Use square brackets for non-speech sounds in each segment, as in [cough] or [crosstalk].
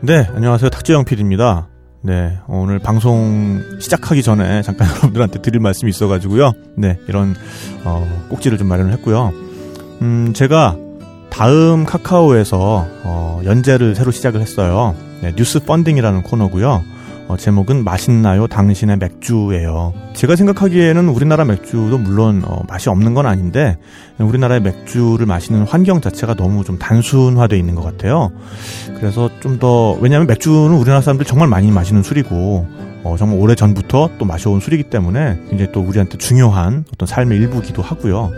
네, 안녕하세요. 탁재영 PD입니다. 네, 오늘 방송 시작하기 전에 잠깐 [laughs] 여러분들한테 드릴 말씀이 있어가지고요. 네, 이런, 어, 꼭지를 좀 마련을 했고요. 음, 제가 다음 카카오에서, 어, 연재를 새로 시작을 했어요. 네, 뉴스 펀딩이라는 코너고요. 어, 제목은 맛있나요? 당신의 맥주예요. 제가 생각하기에는 우리나라 맥주도 물론 어, 맛이 없는 건 아닌데 우리나라의 맥주를 마시는 환경 자체가 너무 좀 단순화돼 있는 것 같아요. 음. 그래서 좀 더 왜냐하면 맥주는 우리나라 사람들 정말 많이 마시는 술이고 어, 정말 오래 전부터 또 마셔온 술이기 때문에 굉장히 또 우리한테 중요한 어떤 삶의 일부기도 하고요.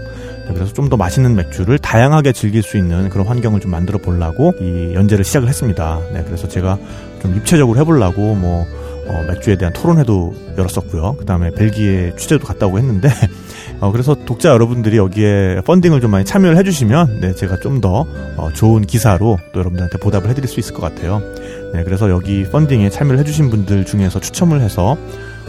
네, 그래서 좀 더 맛있는 맥주를 다양하게 즐길 수 있는 그런 환경을 좀 만들어 보려고 이 연재를 시작을 했습니다. 네, 그래서 제가 좀 입체적으로 해보려고 뭐 어, 맥주에 대한 토론회도 열었었고요. 그 다음에 벨기에 취재도 갔다 오고 했는데 [laughs] 어, 그래서 독자 여러분들이 여기에 펀딩을 좀 많이 참여를 해주시면 네, 제가 좀더 어, 좋은 기사로 또 여러분들한테 보답을 해드릴 수 있을 것 같아요. 네, 그래서 여기 펀딩에 참여를 해주신 분들 중에서 추첨을 해서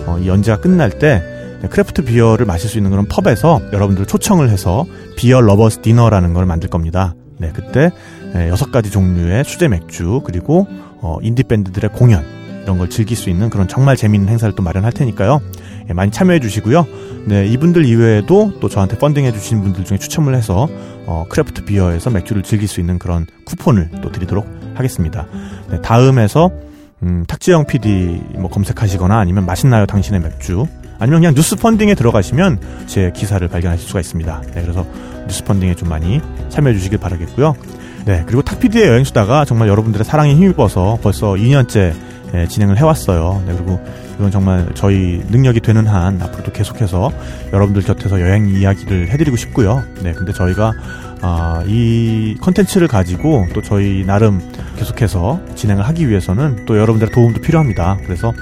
어, 이 연재가 끝날 때 네, 크래프트 비어를 마실 수 있는 그런 펍에서 여러분들 초청을 해서 비어 러버스 디너라는 걸 만들 겁니다. 네, 그때 네, 여섯 가지 종류의 수제 맥주 그리고 어, 인디 밴드들의 공연 이런 걸 즐길 수 있는 그런 정말 재미있는 행사를 또 마련할 테니까요. 예, 많이 참여해 주시고요. 네, 이분들 이외에도 또 저한테 펀딩해 주신 분들 중에 추첨을 해서 어, 크래프트 비어에서 맥주를 즐길 수 있는 그런 쿠폰을 또 드리도록 하겠습니다. 네, 다음에서 음, 탁지영 PD 뭐 검색하시거나 아니면 맛있나요 당신의 맥주 아니면 그냥 뉴스 펀딩에 들어가시면 제 기사를 발견하실 수가 있습니다. 네, 그래서 뉴스 펀딩에 좀 많이 참여해 주시길 바라겠고요. 네, 그리고 탁피디의 여행수다가 정말 여러분들의 사랑에 힘입어서 벌써 2년째 예, 진행을 해왔어요. 네, 그리고 이건 정말 저희 능력이 되는 한 앞으로도 계속해서 여러분들 곁에서 여행 이야기를 해드리고 싶고요. 네, 근데 저희가 아, 이 컨텐츠를 가지고 또 저희 나름 계속해서 진행을 하기 위해서는 또 여러분들의 도움도 필요합니다. 그래서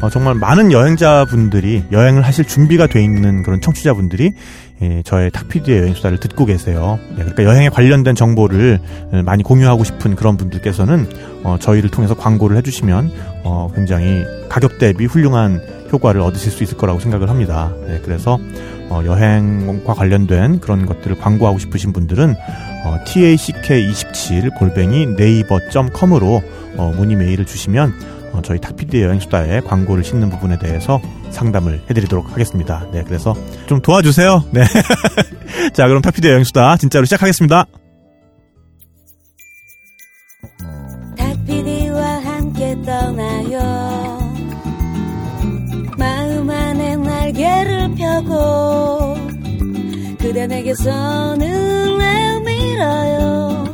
어, 정말 많은 여행자분들이 여행을 하실 준비가 돼 있는 그런 청취자분들이 예, 저의 탁피디의 여행 수다를 듣고 계세요. 예, 그러니까 여행에 관련된 정보를 예, 많이 공유하고 싶은 그런 분들께서는 어, 저희를 통해서 광고를 해주시면 어, 굉장히 가격 대비 훌륭한 효과를 얻으실 수 있을 거라고 생각을 합니다. 네, 그래서 어, 여행과 관련된 그런 것들을 광고하고 싶으신 분들은 어, tack27 골뱅이 네이버.com으로 어, 문의 메일을 주시면 어, 저희 탁피디의 여행수다에 광고를 싣는 부분에 대해서 상담을 해드리도록 하겠습니다. 네, 그래서 좀 도와주세요. 네. [laughs] 자, 그럼 탁피디의 여행수다 진짜로 시작하겠습니다. 닭피디와 함께 떠나요 마음 안에 날개를 펴고 그대 내게 손을 내밀어요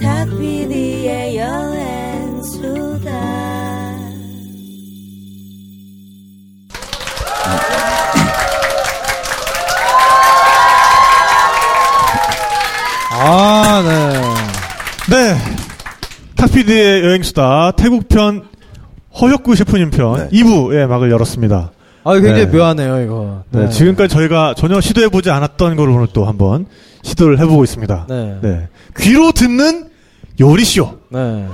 닭피디의 여행수다 아, 네. 네. 탁피디의 여행수다 태국편 허혁구 셰프님 네. 편 2부의 예, 막을 열었습니다. 아, 네. 굉장히 묘하네요, 이거. 네, 지금까지 저희가 전혀 시도해보지 않았던 걸 오늘 또 한번 시도를 해보고 있습니다. 네. 네. 귀로 듣는 요리쇼. 네.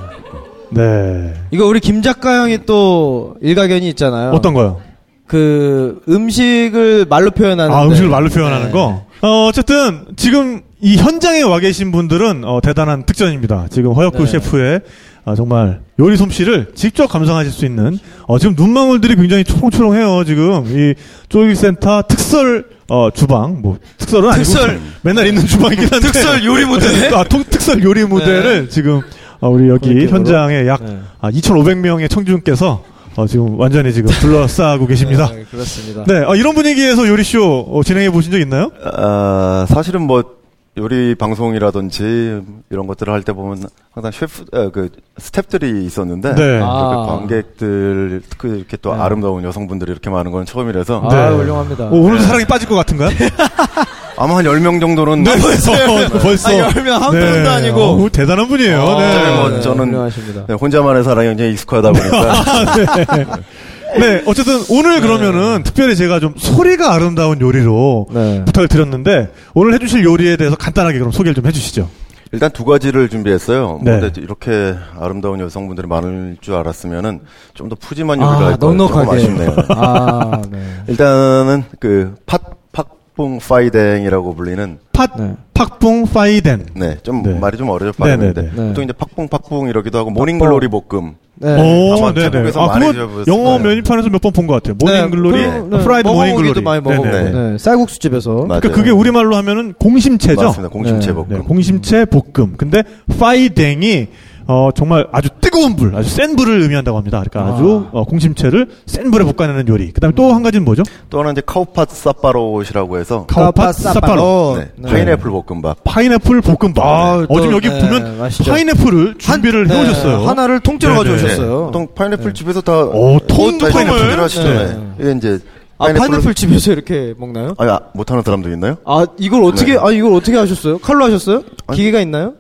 네. 이거 우리 김 작가 형이 또 일가견이 있잖아요. 어떤 거요? 그 음식을 말로 표현하는. 아, 음식을 말로 표현하는 네. 거? 어, 어쨌든, 지금 이 현장에 와 계신 분들은, 어, 대단한 특전입니다. 지금 허혁구 네. 셰프의, 아, 정말, 요리 솜씨를 직접 감상하실 수 있는, 어, 지금 눈망울들이 굉장히 초롱초롱해요, 지금. 이, 쪼일센터 특설, 어, 주방, 뭐, 특설은 아니고. 특설. [laughs] 맨날 있는 주방이긴 한데. 특설 요리 무대. [laughs] 아, 통- 특설 요리 무대를 지금, 어, 우리 여기 고객님으로. 현장에 약, 네. 아, 2,500명의 청중께서, 어, 지금 완전히 [laughs] 지금 둘러싸고 계십니다. 네, 그렇습니다. 네, 어, 이런 분위기에서 요리쇼 어, 진행해 보신 적 있나요? 아, 사실은 뭐 요리 방송이라든지 이런 것들을 할 때 보면 항상 셰프 아, 그 스탭들이 있었는데 네. 아. 그 관객들 그 이렇게 또 네. 아름다운 여성분들이 이렇게 많은 건 아, 처음이라서 네, 네. 훌륭합니다. 오, 오늘 사랑이 빠질 것 [laughs] 같은가요? 아마 한 10명 정도는 네. 벌써. 벌써. 아니, 열면 한 분도 아니고. 어, 대단한 분이에요. 아, 네. 뭐 저는- 훌륭하십니다. 네, 혼자만의 사랑이 굉장히 [laughs] 익숙하다 보니까 네, 어쨌든 오늘 그러면은 특별히 제가 좀 소리가 아름다운 요리로 네. 부탁을 드렸는데 오늘 해주실 요리에 대해서 간단하게 그럼 소개를 좀 해주시죠. 일단 두 가지를 준비했어요. 뭐 네. 근데 이렇게 아름다운 여성분들이 많을 줄 알았으면은 좀 더 푸짐한 요리를 아, 할것 넉넉하게. 아쉽네요. 아, 네. [laughs] 일단은 그 팥, 팥붕 파이댕이라고 불리는 팥, 네. 팍붕, 파이덴. 네, 좀 네. 말이 좀 어려져 네네네. 빠르는데 네. 보통 이제 팍붕 팍붕 이러기도 하고 모닝글로리 볶음 네. 아마 네네. 태국에서 아, 많이 그거 드셔보셨을 영어 거예요. 메뉴판에서 몇 번 본 것 같아요. 모닝글로리, 네, 그거, 네. 프라이드 먹어보기도 모닝글로리. 많이 먹어보고. 네네. 네. 네. 쌀국수집에서. 맞아요. 그러니까 그게 우리말로 하면은 공심채죠? 맞습니다. 공심채 네. 볶음. 네, 공심채 볶음. 근데 파이댕이 어, 정말 아주 뜨거운 불, 아주 센 불을 의미한다고 합니다. 그러니까 아. 주 어, 공심채를 센 불에 볶아내는 요리. 그다음에 또 한 가지는 뭐죠? 또 하나 이제 카우팟 사파로시라고 해서 카우팟 사파로. 네, 파인애플 네. 볶음밥. 파인애플 볶음밥. 아, 네. 또, 어, 지금 여기 네, 보면 맛있죠. 파인애플을 준비를 네, 해오셨어요. 하나를 통째로 네네. 가져오셨어요. 네. 보통 파인애플 집에서 다 네, 오, 통, 파인애플 통을? 하시잖아요. 네. 이게 이제 아, 파인애플로- 파인애플 집에서 이렇게 먹나요? 아니, 아, 못하는 사람도 있나요? 아, 이걸 어떻게, 네. 아, 이걸 어떻게 하셨어요? 칼로 하셨어요? 아니. 기계가 있나요?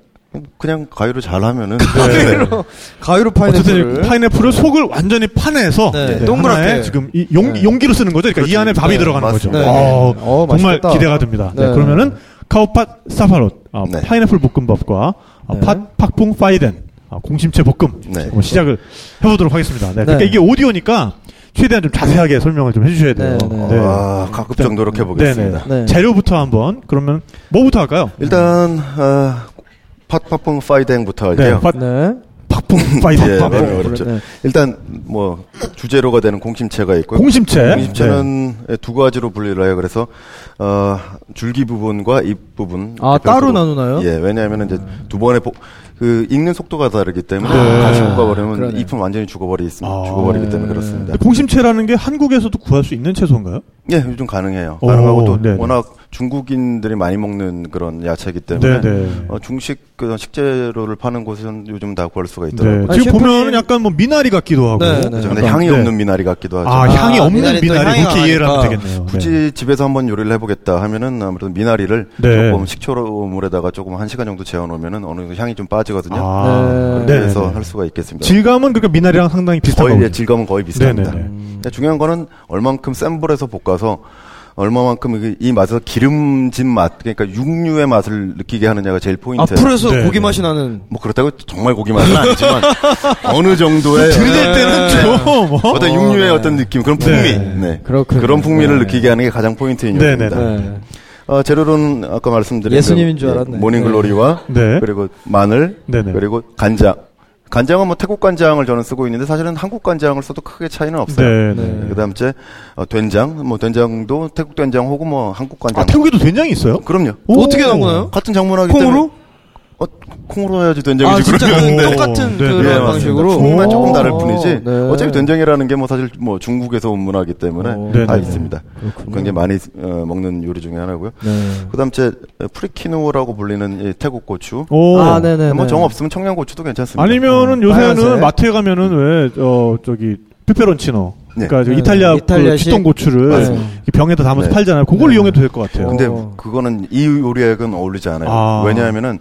그냥 가위로 잘 하면은 네. 가위로, 네. 가위로 어쨌든 파인애플을. 파인애플을 속을 완전히 파내서 네, 네, 동그랗게. 하나의 지금 이 용, 네. 용기로 쓰는 거죠. 그러니까 이 그렇죠. 안에 밥이 네, 들어가는 맞습니다. 거죠. 네. 어, 어, 정말 맛있겠다. 기대가 됩니다. 네, 네. 그러면은 카오팟 사파롯, 아, 네. 파인애플 볶음밥과 아, 네. 팥 팥붕 파이덴, 아, 공심채 볶음 네. 한번 시작을 해보도록 하겠습니다. 네, 그러니까 네. 이게 오디오니까 최대한 좀 자세하게 설명을 좀 해주셔야 돼요. 네, 네. 아, 가급적 노력해 보겠습니다. 네, 네, 네. 네. 재료부터 한번 그러면 뭐부터 할까요? 일단 아, 팥팥붕 파이댕부터 할게요. 팥 네. 팥붕 파이덴 예, 밥. 네, 어렵죠. 네. 일단 뭐 주재료가 되는 공심채가 있고 공심채. 공심채는 네. 예, 두 가지로 분리를 해요. 그래서 어, 줄기 부분과 잎 부분. 아, 따로 별도로. 나누나요? 예, 왜냐하면 이제 두 번에 복- 그 익는 속도가 다르기 때문에 네. 같이 볶아버리면 그러네요. 잎은 완전히 죽어버리 있습니다. 아. 죽어버리기 때문에 그렇습니다. 근데 네, 공심채라는 게 한국에서도 구할 수 있는 채소인가요? 예, 요즘 가능해요. 오, 가능하고 또 네네. 워낙 중국인들이 많이 먹는 그런 야채이기 때문에 네네. 어, 중식 그 식재료를 파는 곳은 요즘 다 구할 수가 네. 있더라고요. 아니, 지금 셰프님- 보면 약간 뭐 미나리 같기도 하고. 네, 네. 그죠? 약간, 근데 향이 네. 없는 미나리 같기도 하죠. 아, 향이 아, 없는 미나리 또 미나리 향이 그렇게 이해를 하면 강하니까. 되겠네요. 굳이 집에서 한번 요리를 해보겠다 하면은 아무래도 미나리를 네. 조금 식초물에다가 조금 한 시간 정도 재워놓으면은 어느 정도 향이 좀 빠지거든요. 아, 네. 뭐 그래서 네, 네. 할 수가 있겠습니다. 질감은 그러니까 미나리랑 상당히 비슷한 거의 거예요. 예, 질감은 거의 비슷합니다. 네네네. 근데 중요한 거는 얼만큼 센 불에서 볶아서 얼마만큼 이게 이 맛에서 기름진 맛, 그러니까 육류의 맛을 느끼게 하느냐가 제일 아, 포인트예요. 풀에서 네, 고기 네. 맛이 나는. 뭐 그렇다고 정말 고기 맛은 [laughs] 아니지만 어느 정도의 그 들이댈 때는 네. [laughs] 좀 어? 어떤 네. 육류의 어떤 느낌, 그런 풍미, 네. 네. 그렇군요. 그런 풍미를 네. 느끼게 하는 게 가장 포인트인 네네네. 요리입니다. 네. 어, 재료로는 아까 말씀드린 예수님인 그, 줄 예, 알았네. 모닝글로리와 네. 그리고 마늘 네네. 그리고 간장. 간장은 뭐 태국 간장을 저는 쓰고 있는데 사실은 한국 간장을 써도 크게 차이는 네. 없어요. 네. 네. 그다음째 어, 된장, 뭐 된장도 태국 된장 혹은 뭐 한국 간장. 아, 태국에도 된장이 있어요? 그럼요. 오. 어떻게 담그나요? 같은 작문하기 콩으로? 때문에 어, 콩으로 해야지 아, 된장이지 진짜 그러면. 그러면. 그 똑같은 네. 네, 그런 예, 맞습니다. 방식으로. 풍미만 오. 조금 다를 뿐이지 네. 어차피 된장이라는 게 뭐 사실 뭐 중국에서 온 문화이기 때문에 오. 네, 다 네. 있습니다. 그렇군요. 굉장히 많이 어, 먹는 요리 중에 하나고요. 네. 그다음 제 프리키노라고 불리는 이 태국 고추. 오. 아, 네네. 뭐 정 없으면 청양고추도 괜찮습니다. 아니면은 음, 요새는 빨간색. 마트에 가면은 왜 어 저기 페페론치노 네. 그러니까 저 네. 이탈리아 그 이탈리아식? 주동 고추를 맞습니다. 이렇게 병에다 담아서 네. 팔잖아요. 그걸 네. 이용해도 될 것 같아요. 어. 근데 그거는 이 요리액은 어울리지 않아요. 아. 왜냐하면은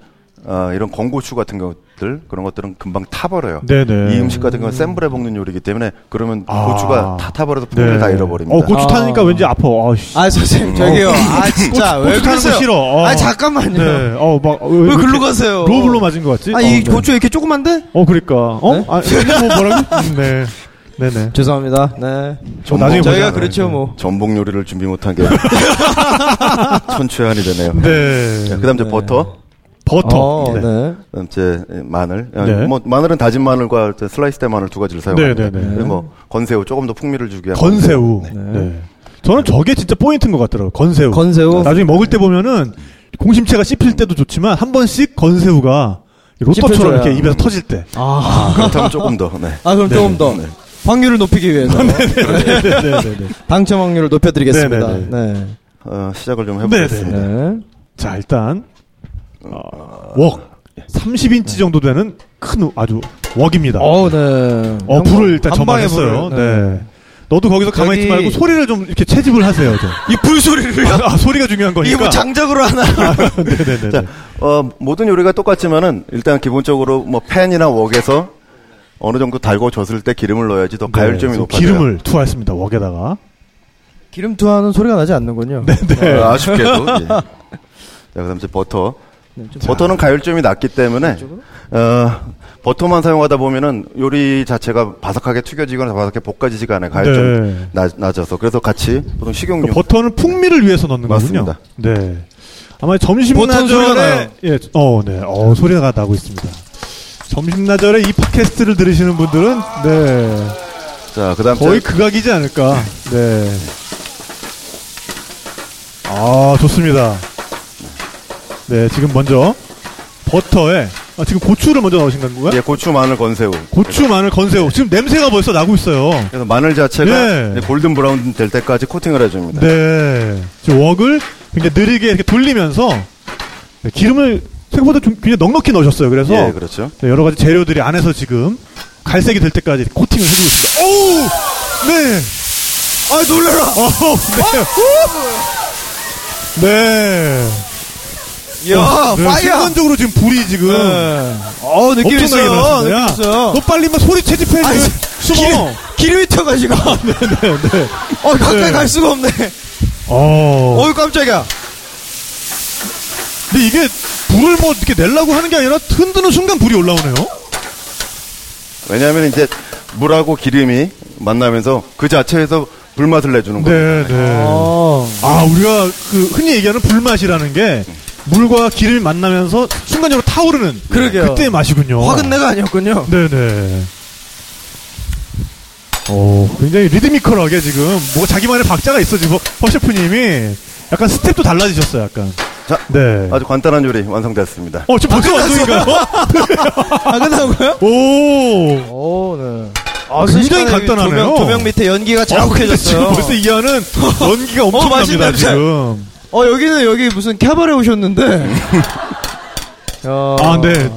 아, 이런 건고추 같은 것들 그런 것들은 금방 타버려요. 네네. 이 음식 같은 건 센 불에 볶는 요리이기 때문에 그러면 아. 고추가 다 타버려서 풍미를 다 잃어버립니다. 어, 고추 아. 타니까 왠지 아파. 아, 씨. 아, 선생님, 저기요. 아, 진짜. 고추 왜 타는 거 그러세요? 싫어. 어. 아, 잠깐만요. 네. 어, 막, 왜, 왜 이렇게 글로 가세요? 로블로 맞은 것 같지? 아, 어, 이 네. 고추 이렇게 조그만데? 어, 그러니까. 어? 네? 아, 뭐, 뭐라고? 음, 네. 네네. 죄송합니다. 네. 어, 나중에 저희가 보자. 그렇죠, 뭐. 전복 요리를 준비 [laughs] 못한 게 [laughs] 천추한이 되네요. 네. 그다음 이제 네. 버터, 버터. 어, 네. 네. 그다음 이제 마늘. 네. 뭐 마늘은 다진 마늘과 이제 슬라이스된 마늘 두 가지를 사용합니다. 네, 네, 네. 그리고 뭐 건새우 조금 더 풍미를 주기 위한 건새우. 네. 네. 저는 저게 진짜 포인트인 것 같더라고요. 건새우. 건새우. 나중에 먹을 때 보면은 공심채가 씹힐 때도 좋지만 한 번씩 건새우가 로또처럼 씹혀줘야. 이렇게 입에서 터질 때. 아. 그렇다면 조금 더. 네. 아, 그럼 조금 더. 확률을 높이기 위해서. 네, 네네네. [laughs] 당첨 확률을 높여드리겠습니다. 네, 네. 어, 시작을 좀 네, 해보겠습니다. 네. 자, 일단, 어, 웍. 30인치 정도 되는 큰 아주 웍입니다. 어, 네. 어, 불을 일단 한 방에 전망했어요. 불을, 네. 너도 거기서 가만히 있지 저기- 말고 소리를 좀 이렇게 채집을 하세요. 좀. [laughs] 이 불소리를. 아, 아, 소리가 중요한 거니까. 이게 뭐 장작으로 하나. [laughs] 네네네. 자, 어, 모든 요리가 똑같지만은 일단 기본적으로 뭐 팬이나 웍에서 어느 정도 달궈졌을 때 기름을 넣어야지 더 가열점이 네, 높아져요. 기름을 투하했습니다. 웍에다가. 기름 투하는 소리가 나지 않는군요. 네. 아, 어, 아쉽게도. 예. 자, 그다음 이제 버터. 네, 좀 버터는 가열점이 낮기 때문에 이쪽으로? 어, 버터만 사용하다 보면은 요리 자체가 바삭하게 튀겨지거나 바삭하게 볶아지지가 않아요. 가열점이 네. 낮, 낮아서 그래서 같이 보통 식용유 그러니까 버터는 풍미를 위해서 넣는 음. 거군요. 맞습니다. 네. 아마 점심 버터 소리가 나절에 나요. 예, 어, 네, 어 소리가 나고 있습니다. 점심 나절에 이 팟캐스트를 들으시는 분들은 네 자 그다음 거의 거의 극악이지 않을까. 네. 아 좋습니다. 네 지금 먼저 버터에 아, 지금 고추를 먼저 넣으신 건가요? 예, 고추 마늘 건새우 고추, 마늘, 건새우. 지금 냄새가 벌써 나고 있어요. 그래서 마늘 자체가 예. 이제 골든 브라운 될 때까지 코팅을 해줍니다. 네. 지금 웍을 굉장히 느리게 이렇게 돌리면서 네, 기름을 생각보다 좀 굉장히 넉넉히 넣으셨어요. 그래서 예, 그렇죠. 네, 여러 가지 재료들이 안에서 지금 갈색이 될 때까지 이렇게 코팅을 해주고 있습니다. 오! 네. 아, 놀래라! 네. 네. 야, 어, 네, 파이어! 순간적으로 지금 불이 지금 어, 느낌 엄청나게 있어요. 일어났습니다. 야, 느낌 있어요. 너 빨리 뭐 소리 채집해. 아니, 숨어. 기름이 튀어가지고. 네, 네. 어, 가까이 네. 갈 수가 없네. 어. 어이, 깜짝이야. 근데 이게 불을 뭐 이렇게 내려고 하는 게 아니라 흔드는 순간 불이 올라오네요. 왜냐하면 이제 물하고 기름이 만나면서 그 자체에서 불맛을 내주는 거예요. 네, 네. 어. 아, 우리가 그 흔히 얘기하는 불맛이라는 게 물과 기름이 만나면서 순간적으로 타오르는 그러게요. 그때의 맛이군요. 화근 내가 아니었군요. 네, 네. 오, 굉장히 리드미컬하게 지금 뭐 자기만의 박자가 있어 지금 허셰프님이 약간 스텝도 달라지셨어요, 약간. 자, 네. 아주 간단한 요리 완성됐습니다. 어, 지금 벌써 완성인가요? 아, 끝나고요? [laughs] 오. 오, 네. 아, 굉장히 간단하네요. 조명, 조명 밑에 연기가 근데 자욱해졌어요. 어, 지금 벌써 이 안은 연기가 맛있는 엄청납니다 냄새. 지금. 어, 여기는 여기 무슨 [laughs] 캐바레 오셨는데. 야. 아, 네.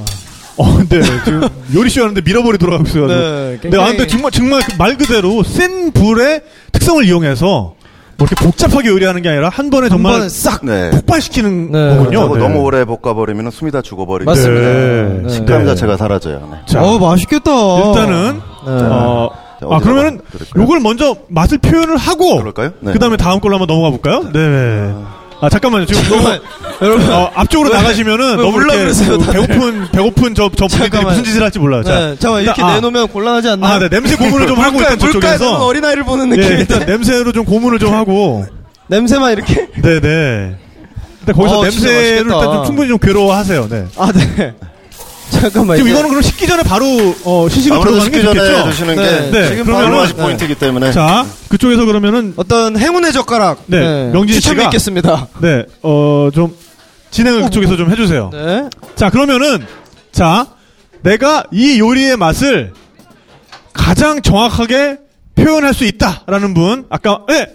어, 네. 지금 요리쇼 하는데 밀어버리 돌아가고 있어가지고. 네, 네, 아, 굉장히- 근데 정말, 정말 그말 그대로 센 불의 특성을 이용해서 뭐 이렇게 복잡하게 요리하는 게 아니라 한 번에 정말 번에 싹 네. 폭발시키는 네. 거군요. 그리고 네. 너무 오래 볶아버리면 숨이 다 죽어버리고 맞습니다. 네. 네. 식감 네. 자체가 사라져요. 네. 자, 어우, 맛있겠다. 일단은, 네. 어, 아, 자, 어디다가 그러면은 그럴까요? 요걸 먼저 맛을 표현을 하고, 그럴까요? 네. 그 다음에 다음 걸로 한번 넘어가 볼까요? 네. 아, 잠깐만요. 지금 너무 잠깐만, [laughs] 여러분. 어, 앞쪽으로 왜, 나가시면은 왜 너무 몰라 이렇게 그러세요, 그 다들? 배고픈 배고픈 저 저 분들이 잠깐만. 무슨 짓을 할지 몰라요. 자, 네, 잠깐만, 이렇게 일단, 아, 내놓으면 곤란하지 않나? 아, 네, 냄새 고문을 좀 하고 물가에, 일단 물가에 놓은 저쪽에서 어린아이를 보는 예, 느낌이다. 일단 냄새로 좀 고문을 좀 하고 냄새만 이렇게. 네, 네. 일단 거기서 어, 진짜 냄새를 맛있겠다. 일단 좀 충분히 좀 괴로워하세요. 네. 아, 네. [laughs] 잠깐만. 지금 아, 이제- 이거는 그럼 식기 전에 바로 어, 시식을 아무래도 들어가는 게 식기 전에 좋겠죠? 해주시는 네, 게 네, 지금 그러면은- 바로 맛이 네. 포인트이기 때문에 자, 그쪽에서 그러면은 어떤 행운의 젓가락. 네, 명진 추첨이 씨가- 있겠습니다. 네, 어, 좀 진행을 그쪽에서 좀 해주세요. 어, 네. 자, 그러면은, 자, 내가 이 요리의 맛을 가장 정확하게 표현할 수 있다라는 분, 아까, 예!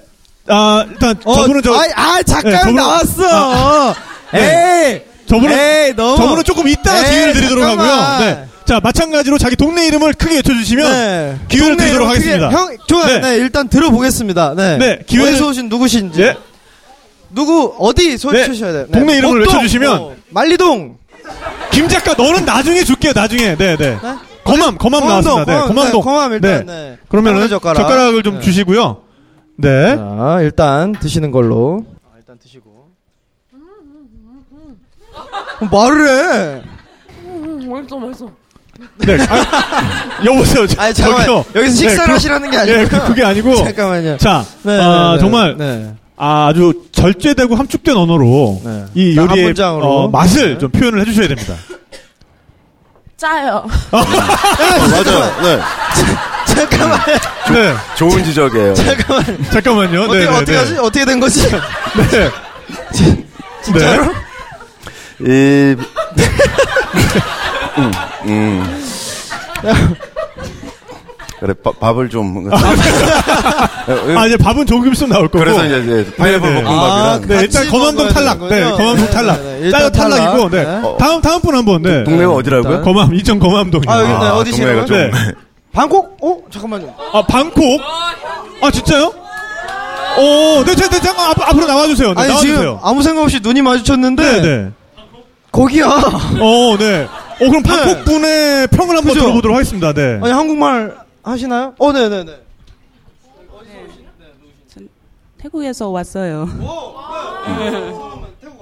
아, 일단, 저분은 저, 아, 아 잠깐 네, 저분은- 아, 나왔어. 에이. 네. 저분은, 에이, 너무. 저분은 조금 이따가 에이, 기회를 드리도록 어. 네, 잠깐만. 하고요. 네. 자, 마찬가지로 자기 동네 이름을 크게 외쳐주시면, 네. 기회를 동네 드리도록 이름 크게- 하겠습니다. 형, 좋아요. 네. 네. 일단 들어보겠습니다. 네. 네, 기회를- 어디서 오신 누구신지. 예. 누구 어디 네. 소개해주셔야 돼요. 동네 이름을 목동, 외쳐주시면- 어, 말리동. 김 작가, 너는 나중에 줄게요, 나중에. 네, 네. 네? 검암, 검암 검암동, 나왔습니다. 네, 검암, 검암동. 네, 검암 일단, 네. 그러면은 검암의 젓가락. 젓가락. 을좀 네. 주시고요. 네. 자, 일단 드시는 걸로. 아, 일단 드시고. 어, 말을 해. 맛있어 맛있어 네. 아, [laughs] 여보세요. 저, 아니, 잠깐만. 저기요. 네, 여기서 식사를 그거- 하시라는 게 예, 아니고요. 그- 그게 아니고. 잠깐만요. 자, 네, 아, 네, 네, 정말 네. 아주 절제되고 함축된 언어로 네. 이 자, 한 요리의 문장으로. 어, 맛을 네. 좀 표현을 해주셔야 됩니다. 짜요 맞아요. 네, 잠깐만. 네. 좋은 지적이에요. 잠깐만. 잠깐만요. 어떻게 네, 네, 어떻게 네. 하지? 어떻게 된 거지? 네. 진짜로? [laughs] 이 음, 음. 그래 밥- 밥을 [laughs] 좀 아, 이제 밥은 조금 있으면 나올 거고. 그래서 이제, 이제 아, 파인애플 네, 네. 볶음밥이랑 네, 일단 같이 검암동 먹어야 탈락. 네, 되는 거죠? 검암동 네, 탈락. 네, 네. 일단 짜요 탈락이고, 탈락. 네. 네. 다음, 다음 분 한 번, 네. 동네가 어디라고요? 일단. 검암, 이천 검암동이요. 아, 여기 있네. 아, 어디시라고요? 동네가 네. 방콕? 어? 잠깐만요. 아, 방콕? 아, 진짜요? 오, 네, 네, 네, 잠깐, 앞, 앞으로 나와주세요. 네, 아니 지금 나와주세요. 아무 생각 없이 눈이 마주쳤는데 네, 네. 거기야. 어, 네. 어, 그럼 방콕 네. 분의 평을 한번 그죠? 들어보도록 하겠습니다. 네. 아니 한국말 하시나요? 어, 네, 네, 네. 태국에서 왔어요. 태국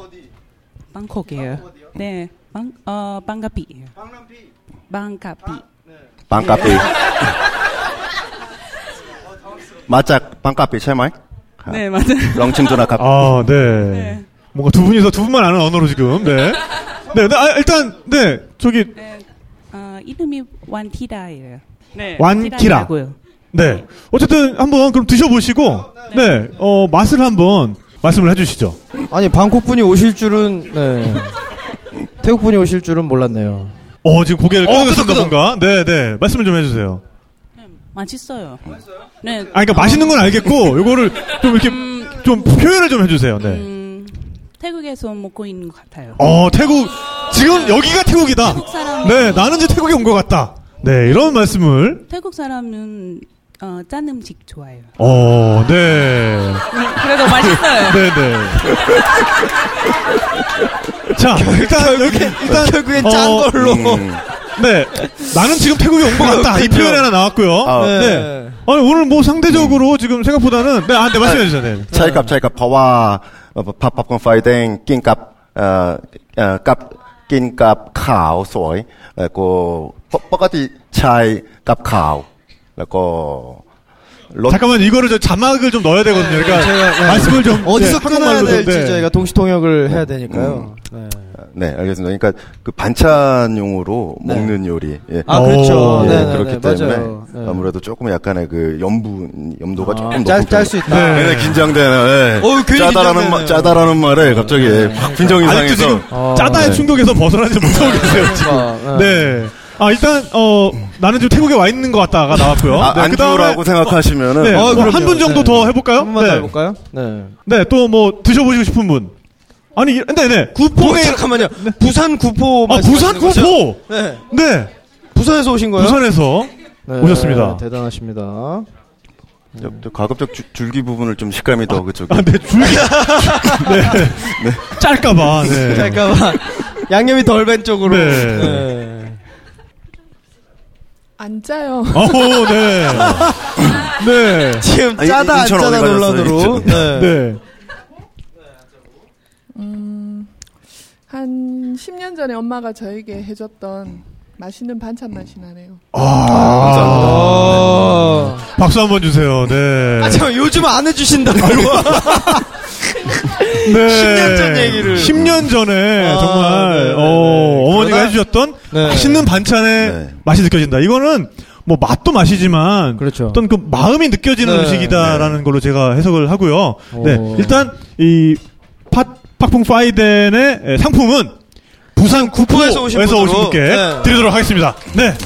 어디? 네. [laughs] 방콕이에요. 네, 빵, 어, 빵가피. 빵가피. 빵카페. 맞짝 빵카페 채마이? 네, 맞아요. 렁칭 전화 카페. 아, 네. 뭔가 두 분이서 두 분만 아는 언어로 지금, [laughs] 네. 네, 네, 아, 일단, 네, 저기, 네, 어, 이름이 완티라예요. 네, 완티라. 완티라라고요. 네. 어쨌든 한번 그럼 드셔보시고, 네, 어, 맛을 한번 말씀을 해주시죠. 아니 방콕 분이 오실 줄은 네. 태국 분이 오실 줄은 몰랐네요. 어, 지금 고개를 끄덕끄덕 뭔가. 네, 네. 말씀을 좀 해주세요. 맛있어요. 맛있어요? 네. 아, 그러니까 맛있는 건 [laughs] 알겠고, 요거를 좀 이렇게 좀 표현을 좀 해주세요. 네. 음, 태국에서 먹고 있는 것 같아요. 어, 태국. 지금 여기가 태국이다. 태국 사람. 네, 나는 이제 태국에 온 것 같다. 네, 이런 말씀을. 태국 사람은 어, 짠 음식 좋아해요. 어, 네. 그래도 맛있어요. 네네. [laughs] 자, 일단 여기 일단 결국엔 어, 음. 네, 나는 지금 태국에 온 것 같다. 이 표현 하나 나왔고요. 아, 네. 아니 오늘 뭐 상대적으로 지금 생각보다는 네, 아, 네 말씀해 주세요. 네. 차이값 차이값 파와 어, 팝팝콘 파이댕 낀값 어값 낀값 카우 소이 그리고 뻑뻑하디 차이 값 카우 그리고 로 잠깐만 이거를 저 자막을 좀 넣어야 되거든요. 그러니까 말씀을 좀 네, 어디서 네, 끊어야 한국말로 좀, 될지 네. 저희가 동시 통역을 해야 되니까요. 네. 네 알겠습니다. 그러니까 그 반찬용으로 네. 먹는 요리 예. 아 오, 그렇죠. 예, 네, 네, 그렇기 네, 때문에 맞아요. 네. 아, 아무래도 조금 약간의 그 염분 염도가 조금 높은 짤- 짤 편이에요. 수 있다. 네. 네, 긴장되네. 어우, 괜히 짜다라는 긴장되네요. 말, 짜다라는 말에 갑자기 확 빈정 아직도 이상해서 네. 지금 어, 짜다의 충격에서 벗어나지 못하고 계세요 지금. 아, 네. 네. 아 일단 어 나는 지금 태국에 와 있는 것 같다가 나왔고요. 아, 네, 안주라고 생각하시면은 네, 어, 어, 한 분 그럼요. 정도 네. 더 해볼까요? 한번만 네. 더 해볼까요? 네. 네, 또 뭐 드셔보시고 싶은 분. 아니, 이- 네, 네. 구포 동해- 뭐 잠깐만요. 부산 구포 아, 부산 말씀하시는 거죠? 구포. 네. 네, 부산에서 오신 거예요? 부산에서 네, 오셨습니다. 대단하십니다. 저- 저 가급적 줄- 줄기 부분을 좀 식감이 더 그쪽에. 아, 네, 줄기. 네, 짤까봐. 네. [laughs] 잠깐만. 양념이 덜 밴 쪽으로. 네. 네. 안 짜요. 어우, 네. 네, 지금 아, 이- 짜다 안 인천 어디 짜다 가셨어요? 논란으로. 인천. 네. 네. 음, 한 10년 전에 엄마가 저에게 해줬던 맛있는 반찬 맛이 나네요. 어. 아, 박수 한번 주세요. 네. 아, 잠깐 요즘 안 해주신다고. 네. 10년 전 얘기를. 10년 전에 아, 정말 네, 네, 네. 어, 어머니가 그러다- 해주셨던 네. 맛있는 반찬의 네. 맛이 느껴진다. 이거는 뭐 맛도 맛이지만 그렇죠. 어떤 그 마음이 느껴지는 네. 음식이다라는 걸로 제가 해석을 하고요. 오. 네, 일단 이 팟, 팟풍 파이덴의 상품은 부산 구포에서 구포에서 오신, 오신 분께 분으로. 네. 드리도록 하겠습니다. 네, 네.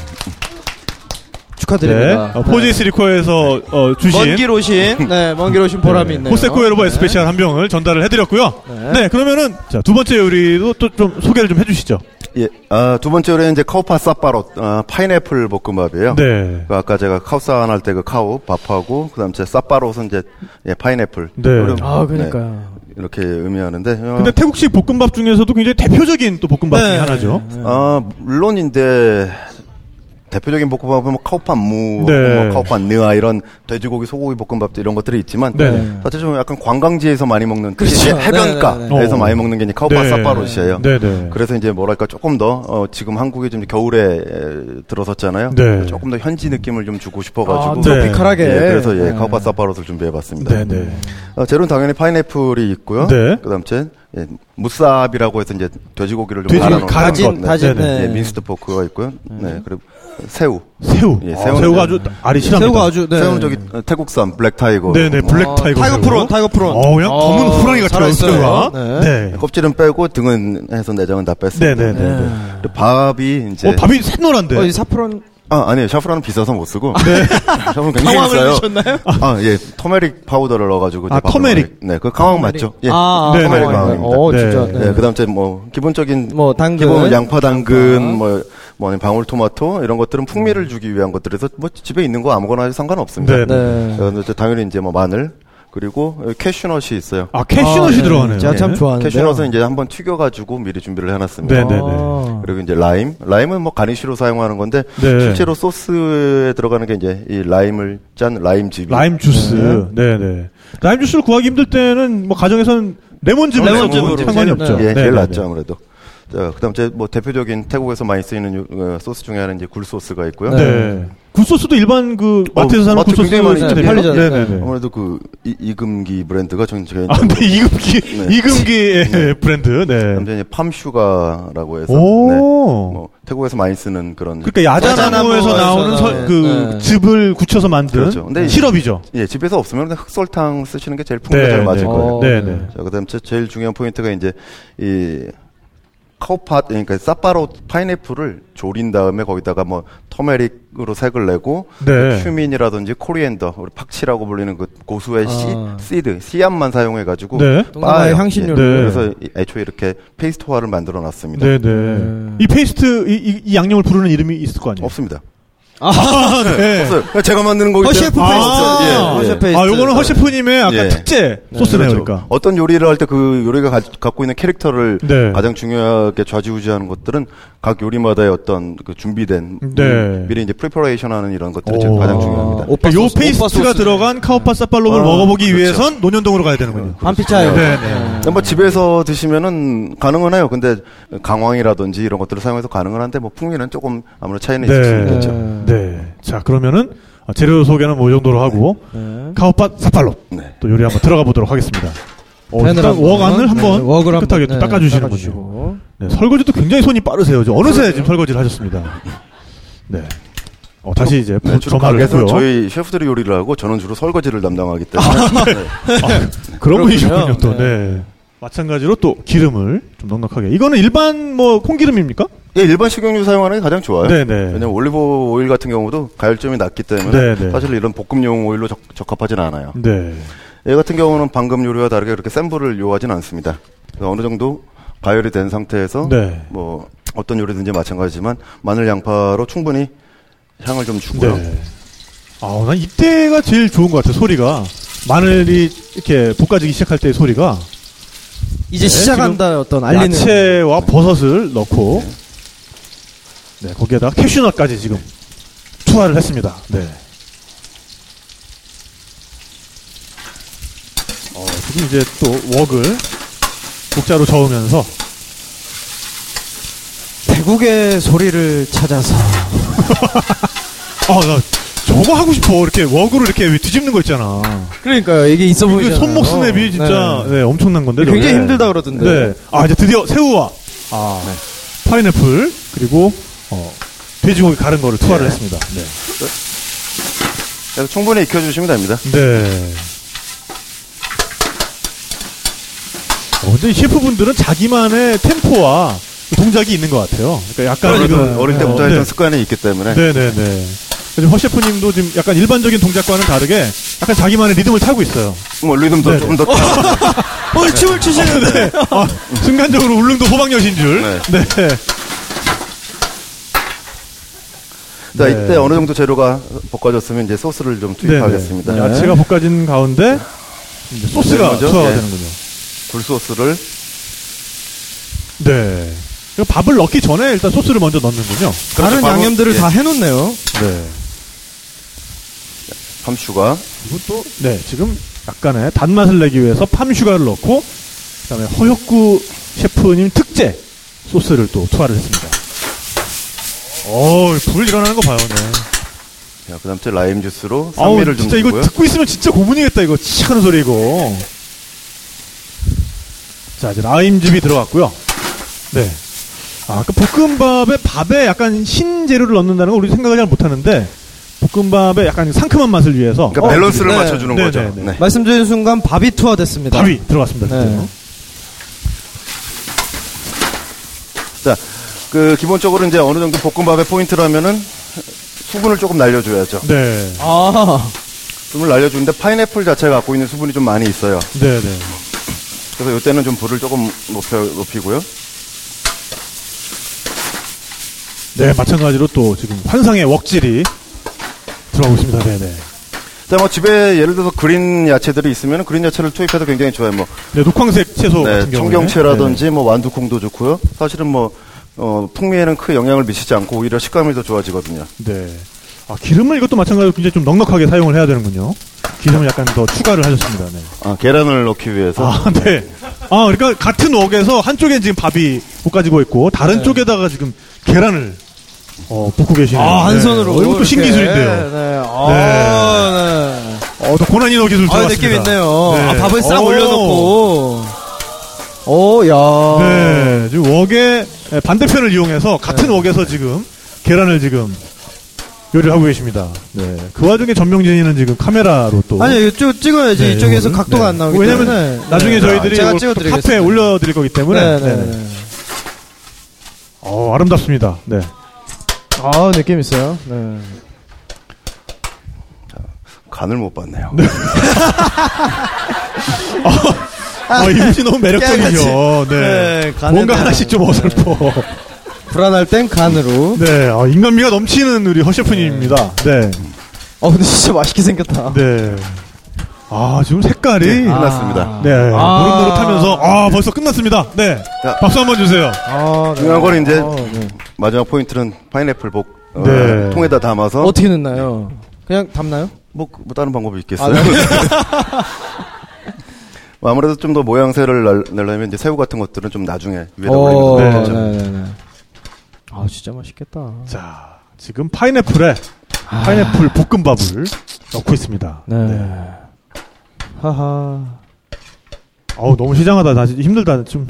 축하드립니다. 어, 포지스리코에서 어, 주신 먼길 오신, 네, 먼길 오신 보람이 있네요. 호세코에르바 네. 에스페셜 한 병을 전달을 해드렸고요. 네, 네. 그러면은 자, 두 번째 요리도 또 좀 소개를 좀 해주시죠. 예. 아, 두 번째로는 이제 카우파 사파로 어, 파인애플 볶음밥이에요. 네. 그 아까 제가 카우산 할 때 그 카우 밥하고 그다음 제 사파로는 이제 예, 파인애플. 네. 요런- 아, 그러니까요. 네, 이렇게 의미하는데. 어, 근데 태국식 볶음밥 중에서도 굉장히 대표적인 또 볶음밥 중에 네. 하나죠. 아, 물론인데 대표적인 볶음밥은 뭐 카우판 무, 네. 뭐 카우판 느아 이런 돼지고기, 소고기 볶음밥도 이런 것들이 있지만 네. 사실 좀 약간 관광지에서 많이 먹는 그렇죠. 특히 해변가에서 네, 네, 네, 네. 많이 먹는 게 이제 카우판 네. 사파로시예요. 네네. 그래서 이제 뭐랄까 조금 더 어, 지금 한국이 좀 겨울에 에, 들어섰잖아요. 네. 조금 더 현지 느낌을 좀 주고 아, 싶어가지고 트로피컬하게. 예, 그래서 네. 예, 카우판 사파로를 준비해봤습니다. 네네. 어, 재료는 당연히 파인애플이 있고요. 네. 그다음 째 예, 무쌉이라고 해서 이제 돼지고기를 좀 돼지 갈아 놓은 갈아진 거. 다진, 다진, 네. 네네. 네. 예, 민스트 포크가 있고요. 네, 그리고 새우. 새우. 예, 새우 새우는- 새우가 아주 알이 실합니다. 새우가 아주, 네. 새우는 저기 어, 태국산 블랙 타이거. 뭐 네네 블랙 어, 타이거. 타이거 새우. 프론, 타이거 프론. 어 그냥 어, 검은 호랑이 같아요 살아있어요. 새우가. 네. 네. 껍질은 빼고 등은 해서 내장은 다 뺐습니다. 네네네. 네. 그리고 밥이 이제 어 밥이 샛노란데. 어, 이 사프론 아 아니에요 샤프란은 비싸서 못 쓰고 아, 네. [laughs] 샤프란 굉장히 상황을 비싸요. 드셨나요? 아 예 터메릭 파우더를 넣어가지고 아, 이제 밥을 터메릭. 먹어요. 네, 그 강황 맞죠? 예. 아, 네, 터메릭 네. 강황입니다. 어, 네. 진짜. 네, 그다음 째뭐 기본적인 뭐 당근, 기본 양파, 당근, 뭐, 뭐 아니면 방울토마토 이런 것들은 풍미를 주기 위한 것들에서 뭐 집에 있는 거 아무거나 해도 상관없습니다. 네. 네. 어, 이제 당연히 이제 뭐 마늘 그리고 캐슈넛이 있어요. 아 캐시넛이 아, 네. 들어가네요. 제가 참 아. 네. 좋아하는데. 캐슈넛은 이제 한번 튀겨가지고 미리 준비를 해놨습니다. 네네네. 그리고 이제 라임, 라임은 뭐 가니쉬로 사용하는 건데 네. 실제로 소스에 들어가는 게 이제 이 라임을 짠 라임즙이 라임 주스. 네. 네 라임 주스를 구하기 힘들 때는 뭐 가정에서는 레몬즙을 레몬즙으로 먹으면 상관이 제일- 없죠. 네, 예, 네, 제일 네, 낫죠 네. 아무래도. 자, 그다음 제 뭐 대표적인 태국에서 많이 쓰이는 요- 어, 소스 중에 하나는 이제 굴 소스가 있고요. 네. 네. 굴소스도 일반 그 어, 마트에서 사는 마트 굴소스 굉장히 많이 진짜 팔리죠. 팔리잖아요. 네네네. 아무래도 그 이, 금기 브랜드가 전 저희 아, 근데 이금기 네. 이금기 의 네. 브랜드. 네. 남자 이제 팜슈가라고 해서 네. 오. 뭐 태국에서 많이 쓰는 그런 그러니까 야자나무에서 야자나무에서 나오는 설- 나오는, 그 네. 즙을 굳혀서 만든 그렇죠. 근데 시럽이죠. 예, 집에서 없으면 그냥 흑설탕 쓰시는 게 제일 풍미가 제일 맞을 네. 거예요. 어. 네, 네. 자, 그다음 제, 제일 중요한 포인트가 이제 이 카우팟 그러니까 사파로 파인애플을 졸인 다음에 거기다가 뭐 터메릭으로 색을 내고 그 네. 큐민이라든지 코리앤더 우리 팍치라고 불리는 그 고수의 씨 아. 씨드 씨앗만 사용해 가지고 네. 동남아의 아, 향신료를. 네. 그래서 이- 애초에 이렇게 페이스트화를 만들어 놨습니다. 네, 네. 네. 이 페이스트 이, 이- 이 양념을 부르는 이름이 있을 거 아니에요? 없습니다. 아, 네. 없어요. 제가 만드는 거기 때문에 허셰프 페이스트. 아, 예, 예. 허셰프 페이스트. 아, 요거는 허셰프님의 아까 예. 특제 소스네요, 그러니까 어떤 요리를 할 때 그 요리가 가, 갖고 있는 캐릭터를 네. 가장 중요하게 좌지우지하는 것들은 각 요리마다의 어떤 그 준비된 네. 미리 이제 프리퍼레이션하는 이런 것들이 오. 제일 그렇죠. 가장 중요합니다. 오빠 아, 요 소스, 오빠 페이스트가 소스. 들어간 카오파 사팔롬을 아, 먹어보기 그렇죠. 아, 위해선 논현동으로 가야 되는군요. 반피차예요. 네, 네. 근데 뭐 집에서 드시면은 가능은 해요. 근데 강황이라든지 이런 것들을 사용해서 가능은 한데 뭐 풍미는 조금 아무래도 차이는 있을 수 네. 있겠죠. 그렇죠. 네. 자, 그러면은 아, 재료 소개는 뭐 이 정도로 하고 네. 카오파 사팔롬 네. 또 요리 한번 들어가 보도록 하겠습니다. 어, 팬을 일단 한번. 워간을 한번 네, 워그를 깨끗하게 한번, 또 네, 닦아주시는군요. 닦아주시고. 네, 설거지도 굉장히 손이 빠르세요. 저 그렇죠. 어느새 지금 설거지를 [laughs] 하셨습니다. 네. 어, 다시 이제 네, 주로 전화를 가게에서 했고요. 저희 셰프들이 요리를 하고 저는 주로 설거지를 담당하기 때문에 [laughs] 아, 네. 그런 분이시군요. 그렇군요. 또 네. 마찬가지로 또 기름을 좀 넉넉하게. 이거는 일반 뭐 콩기름입니까? 예, 일반 식용유 사용하는 게 가장 좋아요. 네, 네. 왜냐면 올리브 오일 같은 경우도 가열점이 낮기 때문에 네, 네. 사실 이런 볶음용 오일로 적, 적합하진 않아요. 네. 얘 예, 같은 경우는 방금 요리와 다르게 그렇게 센 불을 요하진 않습니다. 그래서 어느 정도 가열이 된 상태에서 네. 뭐 어떤 요리든지 마찬가지지만 마늘 양파로 충분히 향을 좀 주고요. 네. 아, 난 이때가 제일 좋은 것 같아. 요 소리가 마늘이 이렇게 볶아지기 시작할 때의 소리가 이제 시작한다 어떤 알리는. 야채와 버섯을 넣고 네 거기에다 캐슈넛까지 지금 투하를 했습니다. 네. 어, 지금 이제 또 웍을 국자로 저으면서 태국의 소리를 찾아서. 아 나 저거 하고 싶어 이렇게 웍으로 이렇게 왜 뒤집는 거 있잖아. 그러니까요. 이게 있어 이게 보이잖아요. 손목 스냅이 진짜 네. 네, 엄청난 건데 굉장히 저게. 힘들다 그러던데. 네. 네. 아 이제 드디어 새우와 아, 파인애플 그리고 어, 돼지고기 가른 거를 투하를 했습니다. 네. 그래서 충분히 익혀주시면 됩니다. 네. 어, 근데 셰프분들은 자기만의 템포와 동작이 있는 것 같아요. 그러니까 약간 어릴, 지금 어릴 어, 때부터 했던 네. 습관이 있기 때문에 네네네. 지금 허 셰프님도 지금 약간 일반적인 동작과는 다르게 약간 자기만의 리듬을 타고 있어요. 뭐 리듬도 네, 조금 더 춤을 추시는데 아, 순간적으로 울릉도 호박여신 줄. 네. 자, 네. 이때 어느 정도 재료가 볶아졌으면 이제 소스를 좀 투입하겠습니다. 네네. 야채가 볶아진 가운데 이제 소스가 먼저, 투하가 네. 되는군요. 굴 소스를 네. 그럼 밥을 넣기 전에 일단 소스를 먼저 넣는군요. 다른 바로- 양념들을 예. 다 해놓네요. 그렇죠. 네. 감추가 그리고 또, 네, 지금 약간의 단맛을 내기 위해서 팜슈가를 넣고, 그 다음에 허혁구 셰프님 특제 소스를 또 투하를 했습니다. 어우, 불 일어나는 거 봐요, 네. 자, 그다음 에 라임 주스로 아우, 산미를 좀 진짜 이거 주고요. 듣고 있으면 진짜 고문이겠다, 이거. 치익 하는 소리, 이거. 자, 이제 라임즙이 들어갔고요. 네. 아, 그 볶음밥에 밥에 약간 신재료를 넣는다는 거 우리 생각을 잘 못하는데, 볶음밥에 약간 상큼한 맛을 위해서 그러니까 밸런스를 네. 맞춰주는 어, 네, 거죠. 네, 네. 네. 말씀드린 순간 밥이 투하됐습니다. 밥이 들어갔습니다. 네. 진짜요. 자, 그 기본적으로 이제 어느 정도 볶음밥의 포인트라면은 수분을 조금 날려줘야죠. 네. 아, 수분을 날려주는데 파인애플 자체가 갖고 있는 수분이 좀 많이 있어요. 네, 네. 그래서 이때는 좀 불을 조금 높여 높이고요. 네, 마찬가지로 또 지금 환상의 웍질이 들어가고 있습니다. 네, 네. 자, 뭐 집에 예를 들어서 그린 야채들이 있으면 그린 야채를 투입해도 굉장히 좋아요. 뭐 네, 녹황색 채소 네, 같은 경우에 청경채라든지 뭐 완두콩도 좋고요. 사실은 뭐 어, 풍미에는 큰 영향을 미치지 않고 오히려 식감이 더 좋아지거든요. 네. 네. 아, 기름을 이것도 마찬가지로 굉장히 좀 넉넉하게 사용을 해야 되는군요. 기름을 약간 더 추가를 하셨습니다. 네. 아, 계란을 넣기 위해서. 아, 네. 아, 그러니까 같은 웍에서 한쪽엔 지금 밥이 볶아지고 있고 다른 네. 쪽에다가 지금 계란을 어, 볶고 계시네요. 아, 한 손으로. 네. 어, 이것도 이렇게. 신기술인데요. 네. 아, 네. 어, 또 고난이도 기술 아, 들어왔습니다. 느낌 있네요. 네. 아, 밥을 싹 오. 올려놓고. 오, 야. 아. 네, 지금 웍의 네, 반대편을 이용해서 네. 같은 웍에서 지금 계란을 지금 요리를 하고 계십니다. 네, 그 와중에 전명진이는 지금 카메라로 또 아니, 이쪽 찍어야지. 네, 이쪽에서 이거는- 각도가 네. 안 나오기 왜냐면 때문에. 나중에 네. 저희들이 제가 이걸 찍어드리겠습니다. 카페에 올려드릴 거기 때문에 네, 네, 네. 네. 어, 아름답습니다. 네. 아, 느낌 있어요. 네. 간을 못 봤네요. 아. 어, 이분이 너무 매력적이죠. 네. 간에 뭔가 대한- 하나씩 좀 어설퍼. 불안할 땐 간으로. 네, 어, 인간미가 넘치는 우리 허셰프님입니다. 네, 어, 근데 진짜 맛있게 생겼다. 네. 아, 지금 색깔이. 네, 끝났습니다. 네, 아. 노릇노릇하면서 아 벌써 끝났습니다. 네, 자. 박수 한번 주세요. 아, 네. 중요한 건 이제- 아, 네. 마지막 포인트는 파인애플 복 어, 네. 통에다 담아서 어떻게 넣나요? 그냥 담나요? 뭐, 그- 뭐 다른 방법이 아, 있겠어요? 네. [laughs] 뭐 아무래도 좀 더 모양새를 날- 내려면 이제 새우 같은 것들은 좀 나중에 위에다 오, 올리면 네. 되죠. 네네네. 아, 진짜 맛있겠다. 자, 지금 파인애플에 파인애플 볶음밥을 넣고 있습니다. 아. 네. 하하. 어우 너무 시장하다. 나 진짜 힘들다. 좀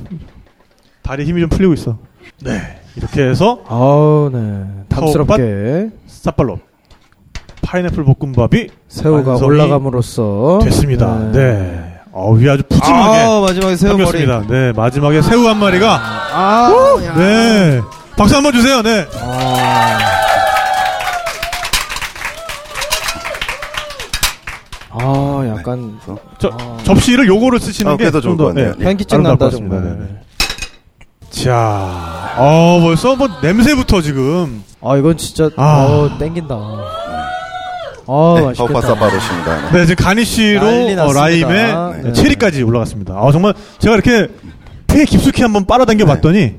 다리 힘이 좀 풀리고 있어. 네, 이렇게 해서 아우, 네. 답스럽게 쌉발로 파인애플 볶음밥이 새우가 완성이 어? 올라감으로써 됐습니다. 네, 어우 이 아주 푸짐하게 아, 마지막에 새우 머리. 담겼습니다. 네, 마지막에 새우 한 마리가 아, 네 박수 한번 주세요. 네. 아. 아, 약간 네. 저- 아. 접시를 요거를 쓰시는 아, 게 그래도 좀 좋을 더, 것 같네요. 네. 예. 향기증 아름다울 난다 것 같습니다. 정말. 네네. 자, 어, 벌써 뭐 냄새부터 지금. 아, 이건 진짜 아. 어, 땡긴다. 아, 네, 맛있겠다. 허파사파르십니다. 네, 지금 가니쉬로 난리 어, 났습니다. 라임에 네. 체리까지 올라갔습니다. 아, 정말 제가 이렇게 폐 깊숙이 한번 빨아당겨 봤더니 네.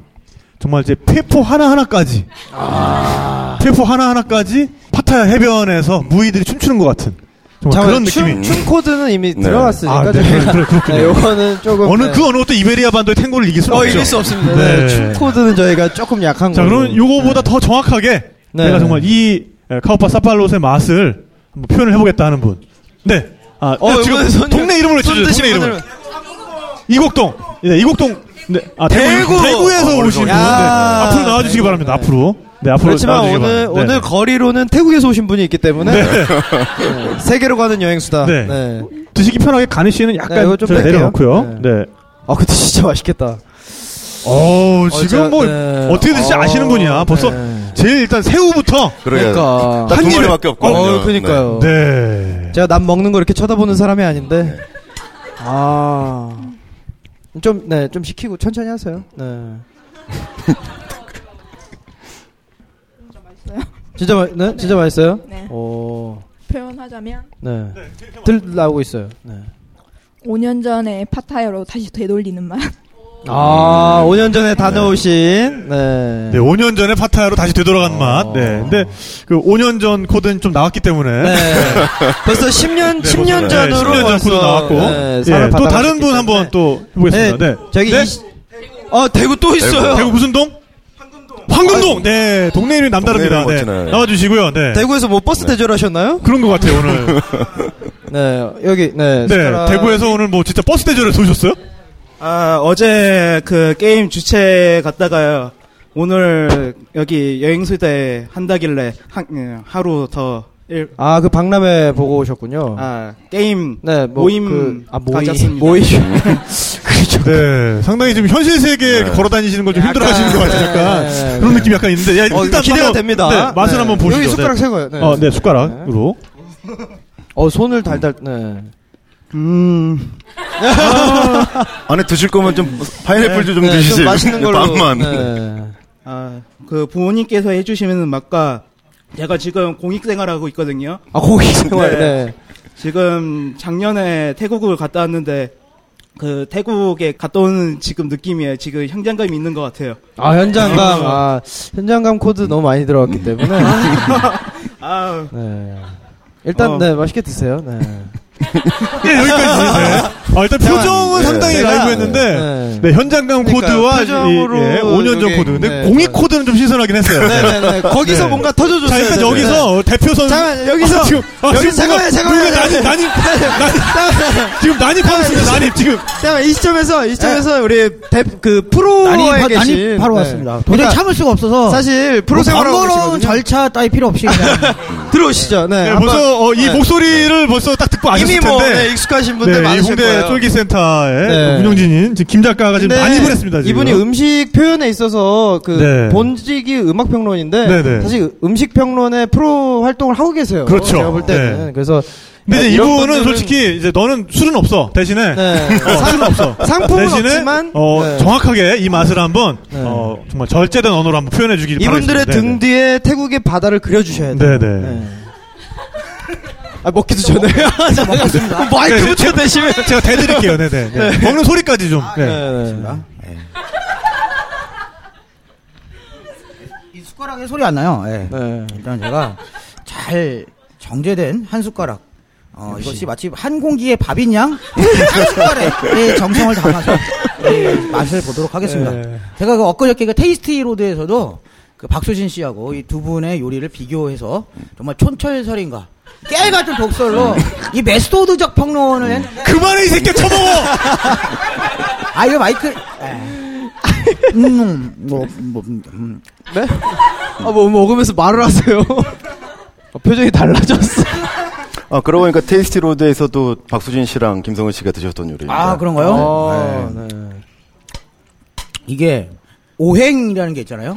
정말 이제 폐포 하나하나까지. 아. 폐포 하나하나까지 파타야 해변에서 무희들이 춤추는 것 같은 정말 잠깐만, 뭐 그런 느낌이. 춤, 춤 코드는 이미 네. 들어갔으니까. 아, 네, [laughs] 저희가. 그래, 그렇군요. 네, 요거는 조금 어느 네. 그 어느 것도 이베리아 반도의 탱고를 이길 수 어, 없죠. 이길 수 없습니다. 네. 네. 춤 코드는 저희가 조금 약한 자, 걸로. 그러면 요거보다 더 정확하게 네. 내가 정말 이 에, 카오파 사팔롯의 맛을 한번 표현을 해보겠다 하는 분. 네. 아, 어, 네, 지금 이번에 손- 동네 이름을 손 외쳐주세요. 드신 동네 이름. 분들은- 이곡동. 네, 이곡동. 네, 아, 대구! 대구에서 어, 오신 분. 네. 야, 앞으로 나와주시기 대구. 바랍니다. 아. 네. 앞으로. 네, 앞으로 그렇지만 나와주시기 오늘 바랍니다. 네. 오늘 거리로는 태국에서 오신 분이 있기 때문에 네, 세계로 가는 여행 수다. 네. 네. [laughs] 드시기 편하게 가는 씨는 네, 약간 이거 좀 좀 뺄게요. 내려놓고요. 네. 아 근데 진짜 맛있겠다. 어, 지금 어, 뭐 저, 네. 어떻게 든지 어, 아시는 분이야. 벌써 네. 제일 일단 새우부터. 그러니까. 그러니까. 딱두 한 입에- 마리밖에 없거든요. 어, 그러니까요. 네. 제가 남 먹는 거 이렇게 쳐다보는 사람이 아닌데. 아. 좀, 네, 좀 시키고 천천히 하세요. 네. 진짜 맛있어요? 진짜, 마, 네? 진짜 맛있어요? 네. 오. 표현하자면 네. 들 나오고 있어요. 네. 5년 전에 파타야로 다시 되돌리는 맛. 아, 5년 전에 다녀오신, 네. 음. 네, 5년 전에 파타야로 다시 되돌아간 어. 맛. 네. 근데 그 5년 전 코드는 좀 나왔기 때문에. [laughs] 네. 벌써 네, 10년, 10년 벌써, 네, 전으로 10년 전 벌써, 코드 나왔고. 네, 예, 사를 또 받아갔기 다른 분 때문에. 한번 또 해보겠습니다. 네. 저기 네? 이시- 아, 대구 또 있어요. 대구 무슨 동? 황금동. 황금동. 네. 동네 이름이 남다릅니다. 동네 네. 이름이 멋지네요. 나와주시고요. 네. 대구에서 뭐 버스 대절 하셨나요? 그런 것 같아요 [laughs] 오늘. 네, 여기 네. 네. 숟가락. 대구에서 오늘 뭐 진짜 버스 대절을 도셨어요? 아, 어제 그 게임 주최 갔다가요. 오늘 여기 여행수대 한다길래 한, 예, 하루 더 일, 아, 그 박람회 보고 오셨군요. 아, 게임 어. 네, 뭐 모임 그, 아, 모임 가졌습니다. 모임. [laughs] 그렇죠. 네. 상당히 지금 현실 세계에 네. 걸어 다니시는 걸 좀 약간, 힘들어하시는 것 같아요. 약간 네, 네, 네. 그런 느낌이 약간 있는데. 야, 어, 일단 기대가 한번- 됩니다. 네, 맛을 네. 한번 보시죠. 여기 숟가락 네. 새 거예요. 네. 어, 네, 숟가락으로. 어, 손을 달달. 네. [laughs] 음, 네. 안에 드실 거면 좀 파인애플 도좀 네, 드시지. 좀 맛있는 걸로. [laughs] 빵만. 네. 아, 그 부모님께서 해주시는 맛과 제가 지금 공익생활하고 있거든요. 아, 고기 생활. 네. 지금 작년에 태국을 갔다 왔는데 그 태국에 갔다 오는 지금 느낌이에요. 지금 현장감이 있는 것 같아요. 아, 현장감. 아, 현장감 코드 너무 많이 들어갔기 때문에. 아, 네. 일단 어. 네, 맛있게 드세요. 네. 예, [laughs] 여기까지. 네. 아, 일단 표정은 네. 상당히 제가- 라이브했는데 네, 현장감 그러니까 코드와 표정으로 이- 예, 5년 전 여기- 코드. 근데 네, 공익 저- 코드는 좀 신선하긴 했어요. 네네네. 거기서 네. 뭔가 터져줬어요. 자, 일단 저는. 여기서 대표 선 잠깐만, 여기서. 아, 지금 아, 여기 지금 잠깐만요, 잠깐만요. 난입 난입 난입 네. 지금 난입하고 있습니다. 난입 지금 잠깐만, 이 시점에서, 이 시점에서 우리 대, 그 프로에 난이, 바, 계신. 난이 바로 네. 왔습니다. 도저히 그러니까 참을 수가 없어서. 사실 프로 뭐 생활하고 번거로운 계시거든요. 절차 따위 필요 없이 그냥. [laughs] 들어오시죠. 네. 네, 한번- 벌써 어, 이 네. 목소리를 벌써 딱 듣고 아셨을 이미 텐데. 뭐 네, 익숙하신 분들 네, 이 많으실 홍대 거예요. 쫄기센터의 네. 운영진인 지금 김 작가가 지금 근데 난입을 했습니다. 지금. 이분이 음식 표현에 있어서 그 네. 본직이 음악 평론인데 네네. 사실 음식 평론의 프로 활동을 하고 계세요. 그렇죠. 제가 볼 때는 네. 그래서 근데 이제 이런 이분은 분들은- 솔직히 이제 너는 술은 없어 대신에 네. 어, 술은 없어. [laughs] 상품은 대신에 없지만 어, 네. 정확하게 이 맛을 한번 네. 어, 정말 절제된 언어로 한번 표현해 주길 이분들의 바라겠습니다. 네, 등 뒤에 태국의 바다를 그려주셔야 돼요. 네네. 네네. 아 먹기도 전에 [laughs] 네, 먹겠습니다. 마이크부터 대시면 제가 대드릴게요. 네네. 먹는 소리까지 좀. 네. 이 숟가락에 소리 안 나요. 예. 네. 일단 제가 잘 정제된 한 숟가락. 어, 이것이 마치 한 공기의 밥인 양, 한 숟가락의 정성을 담아서 예, 맛을 보도록 하겠습니다. 네. 제가 그 엊그저께 그 테이스티 로드에서도 그 박수진 씨하고 이 두 분의 요리를 비교해서 정말 촌철설인가 깨알같은 독설로 이 메소드적 평론을 한 그만해 이 새끼 쳐먹어. 아 이거 마이크 에. 음, 뭐, 뭐, 음. 네? 아뭐 먹으면서 말을 하세요. [laughs] 어, 표정이 [laughs] 달라졌어. 아, 그러고 보니까 테이스티 로드에서도 박수진 씨랑 김성은 씨가 드셨던 요리입니다. 아 그런가요? 아, 네. 네. 이게 오행이라는 게 있잖아요.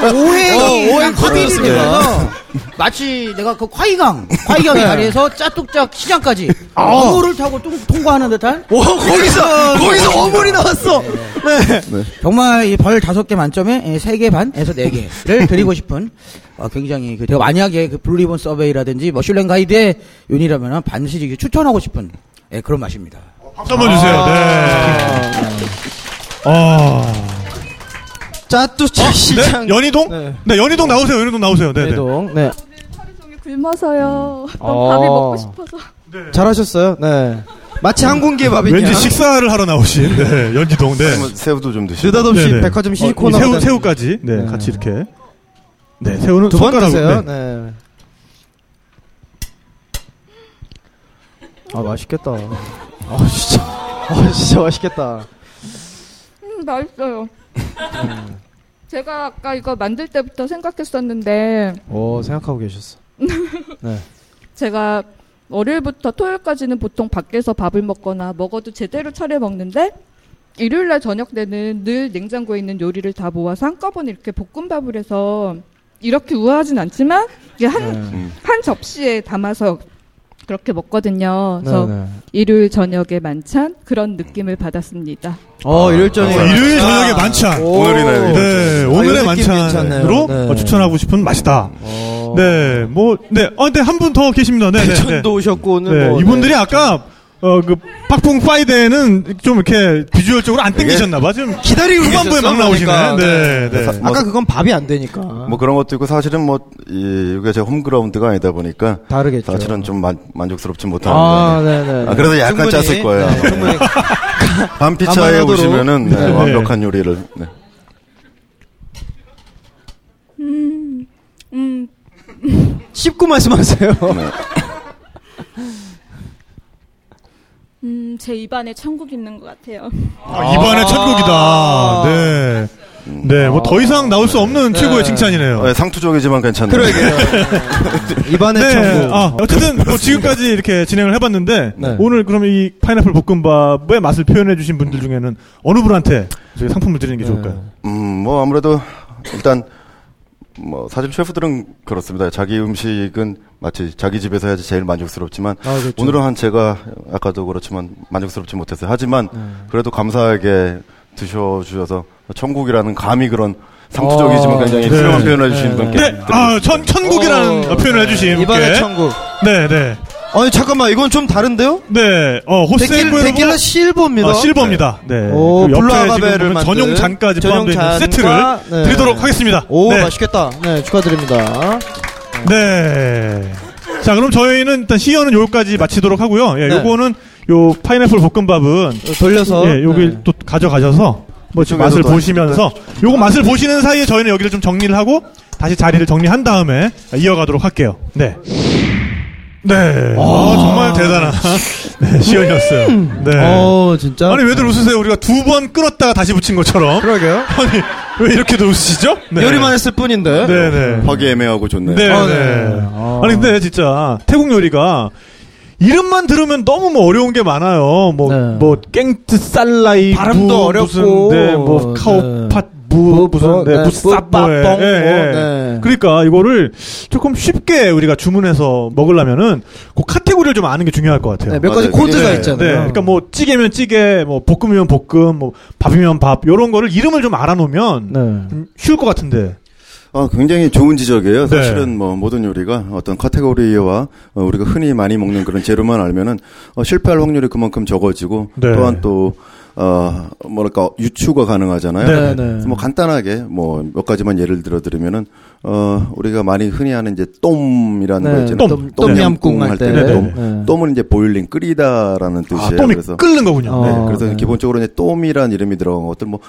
오행이 어, 오행 오행 커피를 커피였습니다. 들면서 마치 내가 그 화이강 화이강의 다리에서 짜뚝짝 시장까지 어물을 타고 뚱- 통과하는 듯한 와 어, 거기서 [laughs] 거기서 어물이 나왔어. 네. 정말 이 벌 다섯 개 만점에 세 개 반에서 네 개를 드리고 싶은 어, 굉장히 그 제가 만약에 그 블루리본 서베이라든지 머슐랭 가이드의 윤이라면 반드시 추천하고 싶은 예, 그런 맛입니다. 박수 한번 아. 주세요. 네. 어. 아. 짜뚜짜 아, 시장. 네? 연희동? 네. 네. 연희동 나오세요. 연희동 나오세요. 네. 네. 대동. 네. 하루 종일 굶어서요. 어. 너무 밥이 먹고 싶어서. 잘하셨어요. 네. 마치 한 공기의 밥이냐. 왠지 식사를 하러 나오신 네. 연희동. 아. 네. 한번 뭐 새우도 좀 드시고. 느닷없이 네네. 백화점 어, 시코너 새우 새우까지. 네. 네. 같이 이렇게. 네. 새우는 두번 손가락으로. 드세요. 네. 네. 아 맛있겠다. 아 진짜, 아 진짜 맛있겠다. 음, 맛있어요. 제가 아까 이거 만들 때부터 생각했었는데 오 어, 생각하고 계셨어. 제가 월요일부터 토요일까지는 보통 밖에서 밥을 먹거나 먹어도 제대로 차려 먹는데 일요일 날 저녁 때는 늘 냉장고에 있는 요리를 다 모아서 한꺼번에 이렇게 볶음밥을 해서 이렇게 우아하진 않지만 이게 한, 네. 음. 한 접시에 담아서 그렇게 먹거든요. 그래서 네네. 일요일 저녁에 만찬 그런 느낌을 받았습니다. 어 일요일 어, 저녁에 일요일 저녁에 만찬. 만찬. 오. 아, 오늘이네요. 네, 오늘의 느낌 괜찮네요. 만찬으로 네. 어, 추천하고 싶은 맛이다. 어. 네, 뭐, 네, 아, 근데 한 분 더 계십니다. 네, 네, 네. 대전도 오셨고 오늘 네, 뭐, 이분들이 네. 아까 어, 그 팍풍 파이데는 좀 이렇게 비주얼적으로 안 땡기셨나봐. 지금 기다리고 후반부에 막 나오시네. 네. 그러니까. 네, 네. 그래서- 아까 그건 밥이 안 되니까. 뭐 그런 것도 있고 사실은 뭐 이, 여기가 제 홈그라운드가 아니다 보니까 다르겠죠. 사실은 좀 만, 만족스럽지 못합니다. 아 네네. 아, 그래서 약간 짰을 거예요. 네, 충분히 반피차에 감안하도록. 오시면은 네, 네. 완벽한 요리를. 네. 음, 음, 씹고 [laughs] 말씀하세요. 음, 제 입안에 천국 있는 것 같아요. 아, 입안의 아. 천국이다. 네. 네, 뭐 더 이상 나올 수 없는 최고의 어. 칭찬이네요. 네, 상투적이지만 괜찮네요. 입안의 네, 천국. 아, 어쨌든 뭐 지금까지 이렇게 진행을 해봤는데 네. 오늘 그럼 이 파인애플 볶음밥의 맛을 표현해주신 분들 중에는 어느 분한테 저희 상품을 드리는 게 좋을까요? 음, 뭐 아무래도 일단 뭐 사실 셰프들은 그렇습니다. 자기 음식은 마치 자기 집에서 해야지 제일 만족스럽지만 아, 그렇죠. 오늘은 한 제가 아까도 그렇지만 만족스럽지 못했어요. 하지만 네. 그래도 감사하게 드셔주셔서 천국이라는 감히 그런 상투적이지만 어, 굉장히 네. 훌륭한 네. 표현을 해주신 네. 분께 네, 아, 천, 천국이라는 어, 표현을 해주신 입안의 분께. 천국. 네, 네. 아니 잠깐만 이건 좀 다른데요? 네, 어, 데킬라, 호세구에서 데킬라 실버입니다. 어, 실버입니다. 네. 오, 그 옆에 블루아가베를 지금 보면 만든 전용 잔까지 전용 포함되어 있는 세트를 네. 잔과, 네. 드리도록 하겠습니다. 오 네. 맛있겠다. 네 축하드립니다. 네. 자, 그럼 저희는 일단 시연은 여기까지 마치도록 하고요. 예, 네. 요거는 요 파인애플 볶음밥은 돌려서. 예, 여기 네. 또 가져가셔서 뭐 지금 맛을 이쪽에서도 보시면서 요거 맛을 보시는 사이에 저희는 여기를 좀 정리를 하고 다시 자리를 정리한 다음에 이어가도록 할게요. 네. 네. 아, 정말 대단한 [laughs] 네, 시연이었어요. 네. 어, 진짜. 아니 왜들 웃으세요? 우리가 두 번 끊었다가 다시 붙인 것처럼. [laughs] 그러게요. 아니 왜 이렇게들 웃으시죠? 네. 요리만 했을 뿐인데. 네네. 화기애매하고 좋네요. 네. 아, 네. 아니 근데 진짜 태국 요리가 이름만 들으면 너무 뭐 어려운 게 많아요. 뭐뭐 깽트 살라이 네. 발음도 무, 어렵고. 무슨, 네, 뭐 카오팟 무 무슨 네, 무슨 뭐, 예, 뭐, 예, 예. 네. 그러니까 이거를 조금 쉽게 우리가 주문해서 먹으려면은 그 카테고리를 좀 아는 게 중요할 것 같아요. 네, 몇 가지 맞아요. 코드가 있잖아요. 네, 그러니까 뭐 찌개면 찌개, 뭐 볶음이면 볶음, 뭐 밥이면 밥 이런 거를 이름을 좀 알아놓으면 네. 음, 쉬울 것 같은데. 아, 굉장히 좋은 지적이에요. 네. 사실은 뭐 모든 요리가 어떤 카테고리와 어, 우리가 흔히 많이 먹는 그런 재료만 알면은 어, 실패할 확률이 그만큼 적어지고 네. 또한 또 어, 뭐랄까 유추가 네, 가능하잖아요. 네. 뭐 간단하게 뭐 몇 가지만 예를 들어 드리면은 어, 우리가 많이 흔히 하는 이제 똠이라는 네, 거 있잖아요. 똠. 똠, 똠얌꿍 똠얌꿍 할 할 때. 때. 네, 똠. 네. 똠은 이제 보일링 끓이다라는 뜻이에요. 아, 똠이 그래서 끓는 어. 거군요. 네, 아, 그래서 네. 기본적으로 이제 똠이란 이름이 들어간 것들 뭐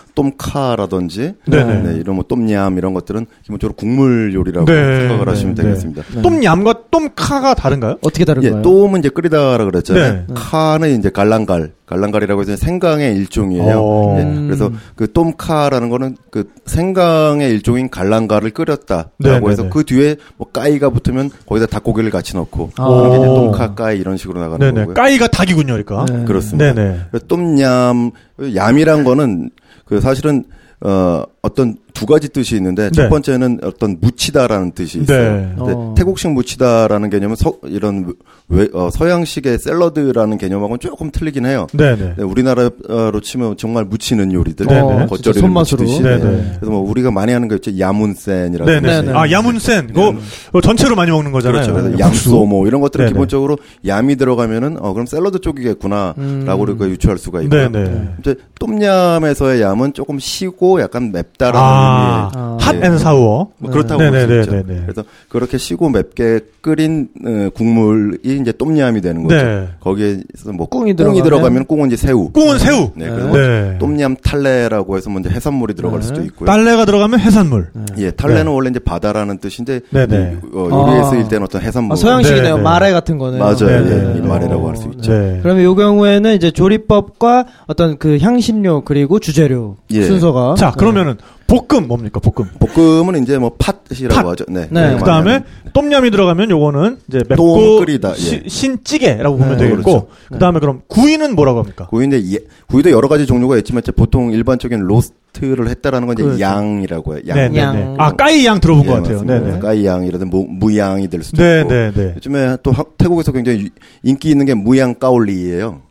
똠카라든지 네, 네, 네. 이런 뭐 똠얌 이런 것들은 기본적으로 국물 요리라고 네. 생각을 하시면 되겠습니다. 똠얌과 똠카가 다른가요? 네. 어떻게 네. 예, 똠은 이제 끓이다라 그랬잖아요. 네. 카는 이제 갈랑갈, 갈랑갈이라고 해서 생강의 일종이에요. 어. 예, 그래서 그 똠카라는 거는 그 생강의 일종인 갈랑갈을 끓였다라고 네, 네, 해서 네. 그 뒤에 뭐 까이가 붙으면 거기다 닭고기를 같이 넣고 아. 그런 게 이제 똠카 까이 이런 식으로 나가는 네네. 거고요. 까이가 닭이군요, 그러니까. 아, 그렇습니다. 네네. 똠얌, 얌이란 거는 그 사실은 어, 어떤 두 가지 뜻이 있는데 네. 첫 번째는 어떤 묻히다라는 뜻이 있어요. 네. 근데 어. 태국식 묻히다라는 개념은 서, 이런 외- 어, 서양식의 샐러드라는 개념하고는 조금 틀리긴 해요. 네네. 네, 우리나라로 치면 정말 묻히는 요리들, 네네. 뭐 진짜 겉절이를 손맛으로. 묻히듯이. 네네. 그래서 뭐 우리가 많이 하는 거 있죠, 야문센이라는. 네네. 아, 야문센. 그거 그거 전체로 많이 먹는 거잖아요. 네. 그렇죠. 그래서 양소 뭐 이런 것들은 네, 네네. 기본적으로 얌이 들어가면은 어 그럼 샐러드 쪽이겠구나라고 음. 우리가 유추할 수가 있고. 네네. 이제 똠얌에서의 얌은 조금 시고 약간 맵다라는 음. 아, 의미의- 핫 예. 앤 사워. 뭐 그렇다고 네. 볼 수 있죠. 네네네네. 그래서 그렇게 시고 맵게 끓인 어, 국물이 이제 똠얌이 되는 거죠. 그렇죠. 네. 거기에서 뭐 꽁이 꽁이, 들어가면- 들어가면 꽁은 이제 새우. 꽁은 새우. 네. 네. 그래서 네. 뭐 똠얌 탈레라고 해서 먼저 해산물이 들어갈 수도 있고요. 딸래가 들어가면 해산물. 예, 탈레는 네. 원래 이제 바다라는 뜻인데 네네. 이- 어, 요리에 아. 쓰일 때는 어떤 해산물. 아, 서양식이네요. 네네. 마레 같은 거네요. 맞아요. 네네. 예, 이 말이라고 할 수 있죠. 네. 그러면 요 경우에는 이제 조리법과 어떤 그 향신료 그리고 주재료 예. 순서가 자, 그러면은 볶음 뭡니까? 볶음. 볶음은 이제 뭐 팥이라고 하죠. 네. 네. 많이 그다음에 하는. 똠얌이 들어가면 요거는 이제 맵고 똥 끓이다, 예. 시- 신찌개라고 보면 네, 되겠고. 그렇죠. 그다음에 그럼 구이는 뭐라고 합니까? 구이인데 예- 구이도 여러 가지 종류가 있지만 이제 보통 일반적인 로스트를 했다라는 건 이제 그렇죠. 양이라고 해요. 양. 네네네. 양. 아, 까이 양 들어본 예, 것 같아요. 맞습니다. 네네. 까이양이라든 무, 무양이 그 될 수도 네, 있고. 네, 네. 요즘에 또 하- 태국에서 굉장히 유- 인기 있는 게 무양 까올리예요.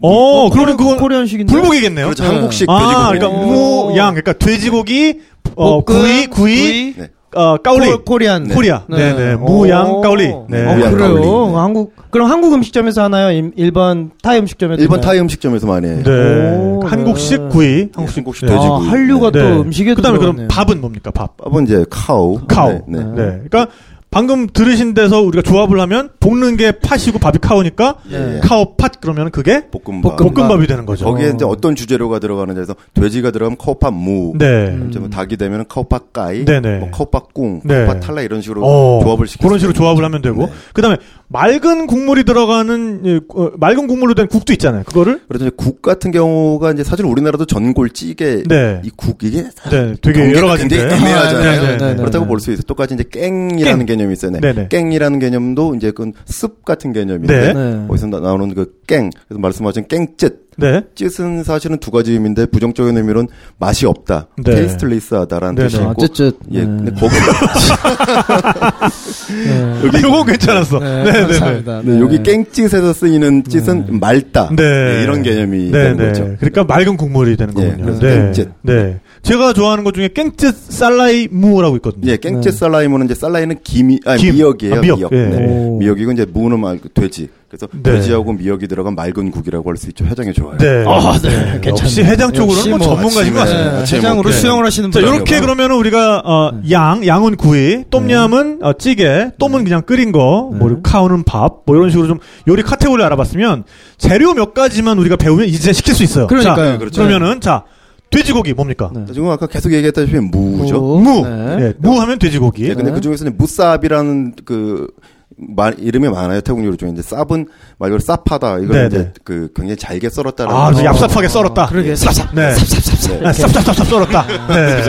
어, 뭐 그러면 코리- 그건 코리안식인데 불고기겠네요. 그렇죠. 한국식 아, 돼지고기. 그러니까 무, 양, 그러니까 돼지고기, 어, 네. 볶음, 구이, 구이, 네. 어, 까울리. 코, 코리안 네. 코리아. 네, 네. 오. 무, 양, 까울리. 네. 어, 무양 그래요. 까올리. 네. 한국 그럼 한국 음식점에서 하나요? 일- 일본 타이 음식점에서 일본 하나요? 타이 음식점에서 많이 해요. 네. 오, 한국식 네. 구이, 한국식 한국식 네. 돼지고기. 아, 한류가 네. 또 음식에도 그다음에 그럼 들어갔네요. 밥은 뭡니까? 밥. 밥은 이제 카우. 카우. 네. 네. 네. 그러니까 방금 들으신 데서 우리가 조합을 하면 볶는 게 팥이고 밥이 카우니까 예, 예. 카우 팥 그러면 그게 볶음밥. 네. 볶음밥이 되는 거죠. 거기에 이제 어떤 주재료가 들어가는지 해서 돼지가 들어가면 카우파 무. 네. 음. 이제 뭐 닭이 되면 카우파 까이. 네네. 뭐 카우파 꿍. 네. 카우파 탈라 이런 식으로 어, 조합을 시키고. 그런 식으로 조합을 하면 되고 네. 그다음에 맑은 국물이 들어가는 예, 어, 맑은 국물로 된 국도 있잖아요. 그거를 그래서 이제 국 같은 경우가 이제 사실 우리나라도 전골찌개 네. 이 국 이게 사- 네, 되게 경계가 여러 가지인데. 굉장히 애매하잖아요. 아, 네, 네, 네, 네. 그렇다고 볼 수 있어. 요 똑같이 이제 깽이라는 깽. 개념이 있어요. 네. 네, 네. 깽이라는 개념도 이제 그습 같은 네. 개념인데 네. 거기서 나- 나오는 그 깽. 그래서 말씀하신 깽짓. 네. 쯧은 사실은 두 가지 의미인데 부정적인 의미로는 맛이 없다, 네. 테이스트리스하다라는 네, 뜻이 네. 있고, 아, 쯧쯧. 예, 네. 근데 거기 네. 여기 요건 괜찮았어. 네, 네, 네, 네. 감사합니다. 네, 여기 깽짓에서 쓰이는 쯧은 맑다, 네. 네, 이런 개념이 네, 되는 네. 거죠. 그러니까 맑은 국물이 되는 예, 거군요. 그래서 네. 깽짓. 네. 제가 좋아하는 것 중에 깽짓 살라이 무라고 있거든요. 예, 깽짓 살라이무는 이제 살라이는 김이, 아니 네. 김. 미역이에요. 아, 미역. 미역. 예. 네. 오. 미역이고 이제 무는 말 돼지. 그래서 네. 돼지하고 미역이 들어간 맑은 국이라고 할 수 있죠. 해장에 좋아요. 네. 아, 네. 괜찮네요. 역시 해장 쪽으로는 역시 네. 뭐 전문가신 네, 것 아침에, 같습니다. 아침에 해장으로 먹게. 수영을 하시는 자, 네. 요렇게 그러면은 우리가 어, 양, 양은 구이, 네. 똠얌은 어, 찌개, 똠은 그냥 끓인 거, 뭐 카우는 밥, 뭐 이런 식으로 좀 요리 카테고리를 알아봤으면 재료 몇 가지만 우리가 배우면 이제 시킬 수 있어요. 그러니까요. 자, 네, 그렇죠. 네. 그러면은 자 돼지고기 뭡니까? 지금 아까 계속 얘기했다시피 무죠. 무. 예, 무 하면 돼지고기. 네, 근데 그 중에서는 무쌉이라는 그 말, 이름이 많아요. 태국 요리 중에. 이제 쌉은 말 그대로 쌉하다. 이걸 네, 이제 그 굉장히 잘게 썰었다라는. 아, 거죠. 얍삽하게 썰었다. 그러게. 쌉쌉. 네. 쌉쌉쌉쌉. 아, 쌉쌉쌉쌉 썰었다. 네.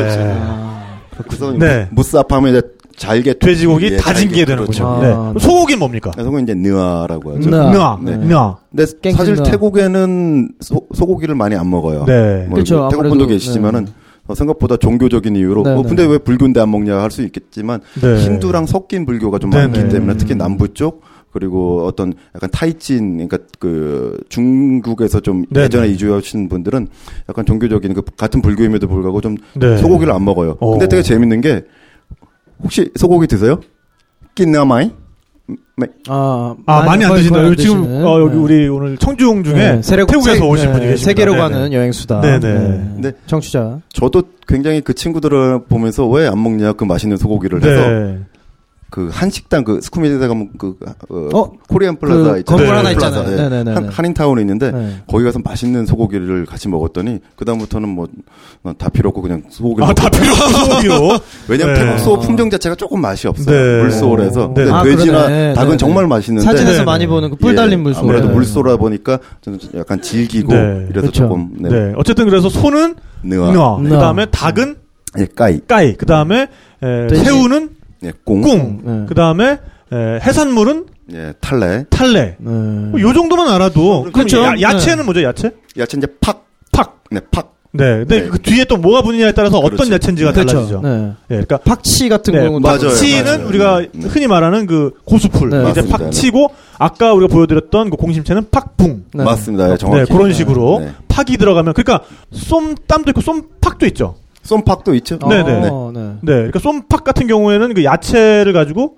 그래서 네. 무쌉하면 이제 잘게 예, 그렇죠. 돼지고기 다진 게 되는 거죠. 네. 그럼 소고기는 뭡니까? 소고기는 이제 아. 느아라고 하죠. 느아. 느아. 네. 느아. 근데 사실 느아. 태국에는 소, 소고기를 많이 안 먹어요. 네. 뭐 그쵸, 태국 아무래도, 분도 계시지만은 어, 생각보다 종교적인 이유로 네, 어, 네. 근데 왜 불교인데 안 먹냐 할 수 있겠지만 네. 힌두랑 섞인 불교가 좀 네, 많기 네. 때문에 특히 남부 쪽 그리고 어떤 약간 타이친 그러니까 그 중국에서 좀 네, 예전에 네. 이주하신 분들은 약간 종교적인 그 같은 불교임에도 불구하고 좀 네. 소고기를 안 먹어요. 오. 근데 되게 재밌는 게 혹시 소고기 드세요? 끼나마이? 아, 아, 많이 안 드신다. 거의 여기 안 지금 드시는. 어, 여기 네. 우리 오늘 청주용 중에 네, 세례- 태국에서 세- 오신 네, 분이 계십니다. 세계로 네네. 가는 여행수다. 네네. 네. 근데 정치자. 저도 굉장히 그 친구들을 보면서 왜 안 먹냐 그 맛있는 소고기를 네. 해서 그 한식당 그 스쿠미에다 가면 그 어, 어? 코리안 그 플라자 건물 코리안 하나 플라자, 있잖아요. 예. 네네네네. 한, 한인타운에 있는데 네. 거기 가서 맛있는 소고기를 같이 먹었더니 그 다음부터는 뭐 다 필요 없고 그냥 소고기. 아, 다 필요 없고 소고기로? 왜냐면 네. 태국 소 품종 자체가 조금 맛이 없어요. 네. 물소라서 근데 아, 돼지나 그러네. 닭은 네네. 정말 맛있는데 예. 사진에서 네. 많이 보는 그뿔 예, 달린 물소. 아무래도 네. 물소라 보니까 좀 약간 질기고 네. 이래서 그렇죠. 조금 네. 어쨌든 그래서 소는 느아. 느아. 느아. 그다음에 닭은 예, 까이. 까이. 그다음에 에, 돼지. 새우는 예, 꽁. 꽁. 네. 그다음에 에, 해산물은 예, 탈레. 탈레. 네. 뭐요 정도만 알아도 그럼 그렇죠. 야, 야채는 뭐죠? 야채? 야채 이제 팍. 팍. 네, 팍. 네. 근데 그 뒤에 또 뭐가 붙느냐에 따라서 어떤 그렇죠. 야채인지가 그렇죠. 달라지죠. 네. 예, 그러니까 박치 같은 네. 경우는 맞아요, 박치는 네, 맞아요. 네. 우리가 흔히 말하는 그 고수풀. 이제 맞습니다. 박치고 아까 우리가 보여드렸던 그 공심채는 팍붕. 네. 맞습니다. 예, 정확히. 네, 그런 식으로 네. 팍이 들어가면 그러니까 쏨땀도 있고 쏨팍도 있죠. 쏨팍도 있죠. 네, 네. 네. 어, 그러니까 쏨팍 같은 경우에는 그 야채를 가지고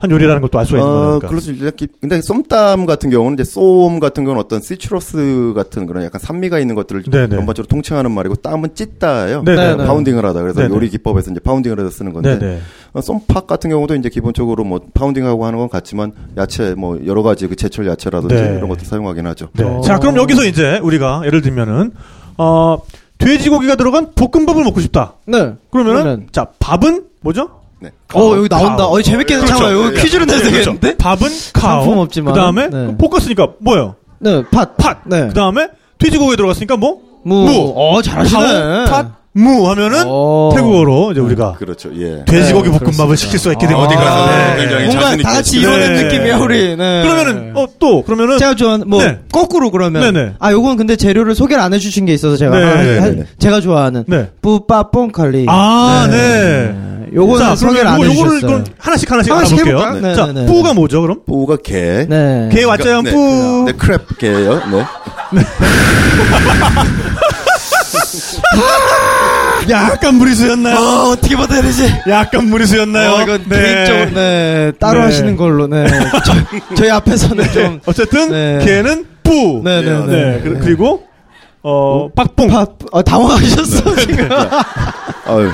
한 요리라는 것도 알 수가 있는 어, 거니까. 그럴 수 있죠. 근데 쏨땀 같은 경우는 이제 쏨 같은 경우는 어떤 시트러스 같은 그런 약간 산미가 있는 것들을 네네. 전반적으로 통칭하는 말이고 땀은 찢다예요. 네네. 그러니까 파운딩을 하다. 그래서 네네. 요리 기법에서 이제 파운딩을 해서 쓰는 건데 네네. 어, 쏨팍 같은 경우도 이제 기본적으로 뭐 파운딩하고 하는 건 같지만 야채 뭐 여러 가지 그 제철 야채라든지 네. 이런 것들 사용하긴 하죠. 네. 자, 그럼 여기서 이제 우리가 예를 들면은 어 돼지고기가 들어간 볶음밥을 먹고 싶다. 네. 그러면은 자, 밥은 뭐죠? 네. 어, 여기 나온다. 어, 재밌게 그렇죠. 참아. 여기 예. 퀴즈로 내도 되겠는데? 밥은 카오. 네. 상품 없지만. 그다음에 네. 볶았으니까 뭐예요? 네, 팥. 팥. 네. 그다음에 돼지고기에 들어갔으니까 뭐? 무. 어, 잘하시네. 카오, 팥, 무 하면은 태국어로 이제 우리가 그렇죠. 예. 돼지고기 네, 볶음밥을 시킬 수가 있게 아, 되는 어디 가서 거죠. 굉장히 뭔가 자신 있게 다 같이 지금. 이뤄낸 느낌이야, 우리. 네. 그러면은 어 또 그러면은 제가 좋아하는 뭐 네. 거꾸로 그러면 네네. 아 요건 근데 재료를 소개를 안 해주신 게 있어서 제가 네. 하- 네. 하- 네. 제가 좋아하는 네. 뿌빠 뽕칼리 아, 네. 요거는 자, 소개를 안 그러면 뭐 요거- 해주셨어요 요거를 그럼 하나씩 하나씩 하나씩 알아볼게요. 해볼까요? 네, 자, 네, 네. 뿌가 뭐죠, 그럼? 뿌가 게. 네. 게 왔자요, 네. 뿌. 네, 크랩 게요. 네. 약간 무리수였나요? 네. 어, 어떻게 받아야 되지? 약간 무리수였나요? 어, 이건 개인적으로 네 따로 네. 하시는 걸로 네 저, 저희 앞에서는 좀 어쨌든 네. 걔는 뿌. 네, 네, 네. 그, 리고어 빡뽕. 밥, 어, 당황하셨어 지금 아유.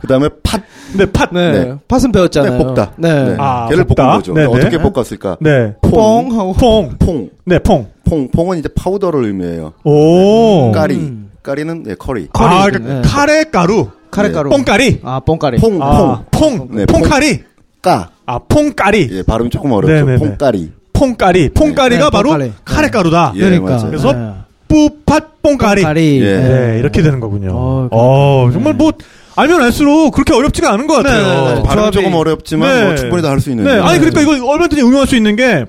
그다음에 팥. 네, 팥. 네, 네. 팥은 배웠잖아요 네, 볶다. 네. 네. 아, 걔를 볶다. 볶은 거죠. 네네. 어떻게 볶았을까? 네. 퐁. 뽕 어, 하고 퐁. 퐁. 네, 퐁. 퐁. 퐁은 이제 파우더를 의미해요. 네. 오. 까리. 음. 까리는 예, 커리. 아, 커리. 그러니까 네. 카레 가루. 카레가루 네. 뽕까리. 아 뽕까리 퐁, 아, 퐁. 퐁. 네, 퐁. 퐁까리. 까. 아, 퐁까리. 예, 발음이 조금 어렵죠. 네네네. 퐁까리. 퐁까리. 퐁까리가 네, 바로 뽕까리. 카레 가루다. 예, 그러니까 맞아요. 그래서 네. 뿌팟 뽕까리. 뽕까리 예. 네, 이렇게 되는 거군요. 어, 어, 정말 뭐 알면 알수록 그렇게 어렵지가 않은 것 같아요. 네, 네, 네. 발음 조합이- 조금 어렵지만 뭐 충분히 다 할 수 있는. 네, 아니 네. 그러니까 이거 얼마든지 응용할 수 있는 게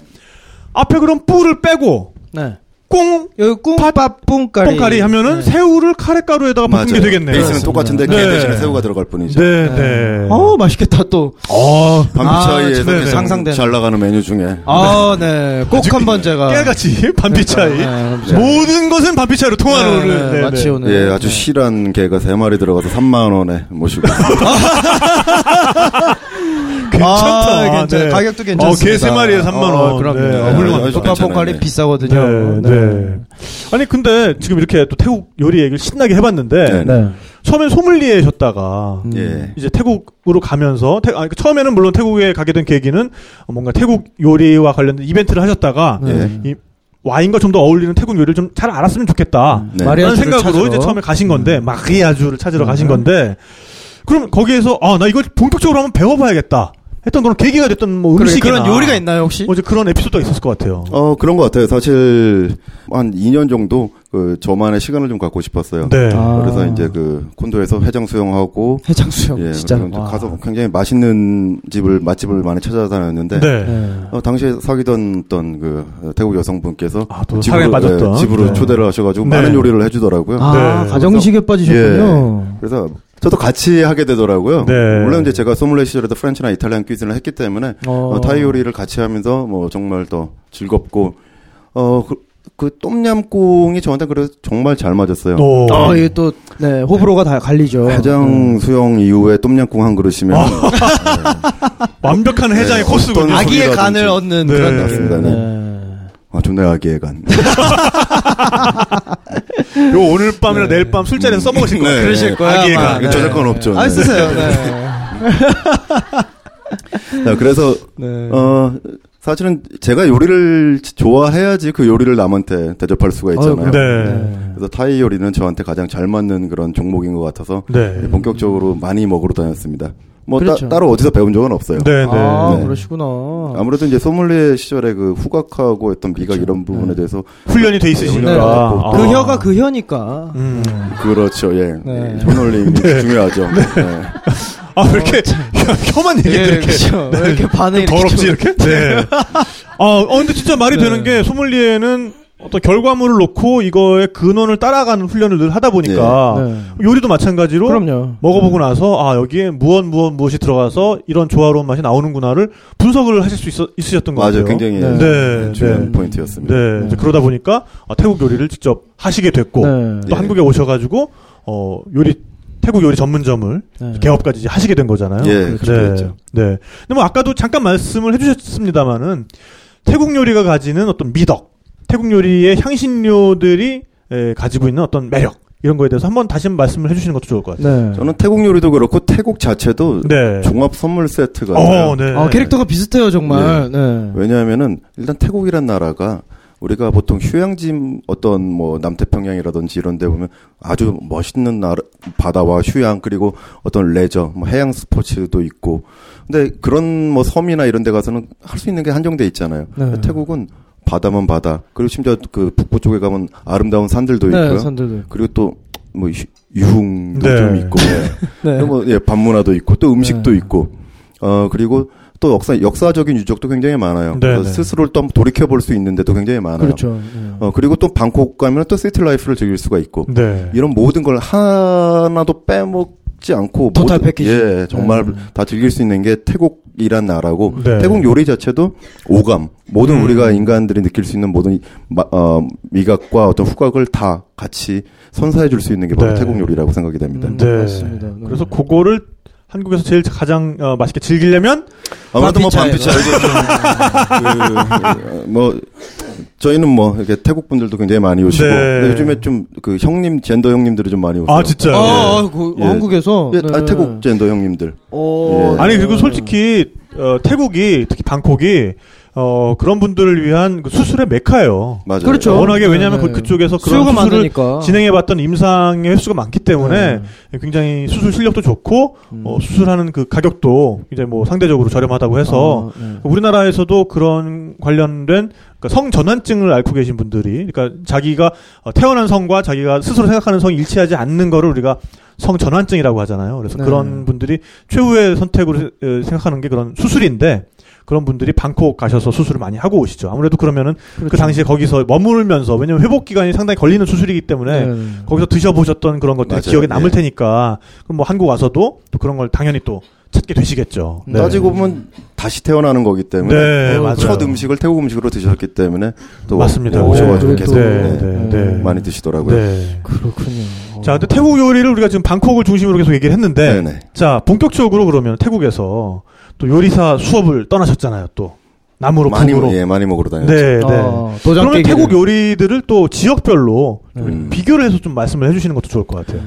앞에 그럼 뿌를 빼고 네. 꽁, 밥, 뽕까리. 뽕까리 네. 하면은 새우를 카레가루에다가 볶은 게 맞아요. 되겠네요. 베이스는 똑같은데 네. 네. 대신에 새우가 들어갈 뿐이죠. 네, 네. 어 맛있겠다 또. 어, 반피차이에서 아, 계속 상상되네. 잘 나가는 메뉴 중에 아, 네. 꼭 한번 제가. 깨알같이 [laughs] 반피차이. 뭐 그러니까요. 네, 모든 것은 반피차이로 통하는 네, 네, 오늘. 마치 오늘. 예, 아주 실한 개가 세 마리 들어가서 3만 원에 [laughs] 모시고 괜찮다. 아, 괜찮아요. 네. 가격도 괜찮습니다. 어, 개세 마리에 3만 원. 어, 그럼요. 네, 네, 훌륭한 아주 볶밥 괜찮아요. 뽕까리 네. 비싸거든요. 네, 네. 아니 근데 지금 이렇게 또 태국 요리 얘기를 신나게 해봤는데 네, 네. 처음엔 소믈리에셨다가 음. 예. 이제 태국으로 가면서 태, 아니, 그 처음에는 물론 태국에 가게 된 계기는 뭔가 태국 요리와 관련된 이벤트를 하셨다가 네. 예. 이 와인과 좀 더 어울리는 태국 요리를 좀 잘 알았으면 음. 좋겠다. 네. 라는 마리아주를 생각으로 찾으러. 이제 처음에 가신 건데 마리아주를 찾으러 음. 가신 건데 그럼 거기에서 아 나 이걸 본격적으로 한번 배워봐야겠다 했던 그런 계기가 됐던 뭐 그래, 음식이나 그런 요리가 있나요 혹시? 뭐 이제 그런 에피소드가 있었을 것 같아요. 어 그런 것 같아요. 사실 한 2년 정도 그 저만의 시간을 좀 갖고 싶었어요. 네. 아. 예. 그래서 이제 그 콘도에서 회장 수영하고 해장수영 예, 진짜. 그래서 이제 와. 가서 굉장히 맛있는 집을 맛집을 많이 찾아다녔는데 네. 네. 어, 당시에 사귀던 어떤 그 태국 여성분께서 아, 또 사랑에 집으로, 빠졌던. 예, 집으로 네. 초대를 하셔가지고 네. 많은 요리를 해주더라고요. 아 네. 가정식에 빠지셨군요. 그래서 저도 같이 하게 되더라고요. 네. 물론 이제 제가 소믈리에 시절에도 프렌치나 이탈리안 퀴즈를 했기 때문에 어, 타이 요리를 같이 하면서 뭐 정말 더 즐겁고 어그 그 똠얌꿍이 저한테 그래서 정말 잘 맞았어요. 또 아, 이게 또, 네, 호불호가 다 갈리죠. 네. 해장 수영 이후에 똠얌꿍 한 그릇이면 어. 완벽한 해장의 네, 코스군요. 어떤- 아기의 소리라든지. 간을 얻는 네. 그런 맞습니다. 느낌. 네. 네. 아, 존나 [laughs] 아기의 간. 요 오늘 밤이나 내일 밤 술자리에서 써먹으실 거예요. 네. 그러실 거야, 아기의 아마. 간. 이거 저작권 없죠. 아, 네. 쓰세요. 네. 자, 그래서 네. 어 사실은 제가 요리를 좋아해야지 그 요리를 남한테 대접할 수가 있잖아요. 아유, 네. 그래서 타이 요리는 저한테 가장 잘 맞는 그런 종목인 것 같아서 네. 네. 본격적으로 많이 먹으러 다녔습니다. 뭐 음. 그렇죠. 따, 따로 어디서 배운 적은 없어요. 네. 아, 네. 그러시구나. 아무래도 이제 소믈리에 시절에 그 후각하고 어떤 미각 이런 부분에 대해서 훈련이 돼 있으시니까. 네. 아. 그 혀가 그 혀니까. 음. 그렇죠, 예. 네. 손놀림이 중요하죠. 네. 아, 왜 이렇게 어. [laughs] 혀만 얘기해 이렇게. 네. 그렇죠. 왜 이렇게 반응이 더럽지 이렇게 이렇게? 네. 아, 어 근데 진짜 말이 네. 되는 게 소믈리에는 어떤 결과물을 놓고 이거의 근원을 따라가는 훈련을 늘 하다 보니까 좀- 네. 요리도 마찬가지로 그럼요. 먹어보고 나서 아 여기에 무언 무언 무엇이 들어가서 이런 조화로운 맛이 나오는구나를 분석을 하실 수 있어, 있으셨던 것 같아요. 맞아요. 굉장히 네. 네, 중요한 네. 포인트였습니다. 네, 이제 그러다 보니까 아, 태국 요리를 직접 하시게 됐고 네. 또 한국에 오셔가지고 어 요리 태국 요리 전문점을 네. 개업까지 이제 하시게 된 거잖아요. 예, 네, 그렇죠, 그렇죠. 네. 근데 뭐 아까도 잠깐 말씀을 해주셨습니다만은 태국 요리가 가지는 어떤 미덕, 태국 요리의 향신료들이 에, 가지고 있는 어떤 매력 이런 거에 대해서 한번 다시 한번 말씀을 해주시는 것도 좋을 것 같아요. 네. 저는 태국 요리도 그렇고 태국 자체도 네. 종합 선물 세트가 어, 있어요. 네. 아, 캐릭터가 비슷해요, 정말. 네. 왜냐하면은 일단 태국이란 나라가 우리가 보통 휴양지 어떤 뭐 남태평양이라든지 이런 데 보면 아주 멋있는 나라 바다와 휴양 그리고 어떤 레저 뭐 해양 스포츠도 있고 근데 그런 뭐 섬이나 이런 데 가서는 할 수 있는 게 한정돼 있잖아요. 네. 태국은 바다만 바다 그리고 심지어 그 북부 쪽에 가면 아름다운 산들도 네, 있고요. 산들도 있고. 그리고 또 뭐 유흥도 네. 좀 있고 네. 이런 거, 예, 반문화도 있고 또 음식도 네. 있고 어 그리고 또 역사 역사적인 유적도 굉장히 많아요. 네, 그래서 네. 스스로를 또 한번 돌이켜 볼 수 있는 데도 굉장히 많아요. 그렇죠. 네. 어 그리고 또 방콕 가면 또 시티 라이프를 즐길 수가 있고 네. 이런 모든 걸 하나도 빼먹지 않고 토탈 모든- 패키지. 예 정말 네. 다 즐길 수 있는 게 태국이란 나라고 네. 태국 요리 자체도 오감 모든 음. 우리가 인간들이 느낄 수 있는 모든 이- 마- 어, 미각과 어떤 후각을 다 같이 선사해 줄 수 있는 게 바로 네. 태국 요리라고 생각이 됩니다. 음, 네. 맞습니다. 네. 그래서 그거를 한국에서 제일 가장 어, 맛있게 즐기려면 아무래도 뭐 반피차예요. 네. 아, 반피차 그, 뭐 저희는 뭐 이렇게 태국 분들도 굉장히 많이 오시고 네. 근데 요즘에 좀 그 형님 젠더 형님들이 좀 많이 오세요. 아 진짜요. 아, 아, 그 예. 한국에서 예, 네. 어. 아, 태국 젠더 형님들. 오, 예. 아니 그리고 솔직히 어, 태국이 특히 방콕이 어, 그런 분들을 위한 그 수술의 메카예요. 맞아요. 그렇죠. 워낙에 왜냐하면 네, 네. 그- 그쪽에서 수요가 그런 수술을 많으니까 진행해봤던 임상의 횟수가 많기 때문에 네. 굉장히 수술 실력도 좋고 음. 어, 수술하는 그 가격도 굉장히 뭐 상대적으로 저렴하다고 해서 아, 네. 우리나라에서도 그런 관련된 그러니까 성 전환증을 앓고 계신 분들이 그러니까 자기가 어, 태어난 성과 자기가 스스로 생각하는 성이 일치하지 않는 거를 우리가 성 전환증이라고 하잖아요. 그래서 네. 그런 분들이 최후의 선택으로 세- 에, 생각하는 게 그런 수술인데 그런 분들이 방콕 가셔서 수술을 많이 하고 오시죠. 아무래도 그러면은 그렇죠. 그 당시에 거기서 머물면서 왜냐면 회복 기간이 상당히 걸리는 수술이기 때문에 네, 네. 거기서 드셔보셨던 그런 것들이 맞아요. 기억에 남을 네. 테니까 그럼 뭐 한국 와서도 또 그런 걸 당연히 또 찾게 되시겠죠. 네. 따지고 보면 다시 태어나는 거기 때문에 네, 어, 맞아요. 첫 음식을 태국 음식으로 드셨기 때문에 또 맞습니다. 네, 오셔가지고 네, 계속 네, 네, 네, 네. 많이 드시더라고요. 네. 그렇군요. 어. 자, 근데 태국 요리를 우리가 지금 방콕을 중심으로 계속 얘기를 했는데, 네네. 자, 본격적으로 그러면 태국에서 또 요리사 수업을 떠나셨잖아요, 또. 나무로 많이 북으로. 먹- 예 많이 먹으러 다녔죠. 네, 네. 어, 도장 그러면 깨기를. 태국 요리들을 또 지역별로 좀 음. 비교를 해서 좀 말씀을 해주시는 것도 좋을 것 같아요.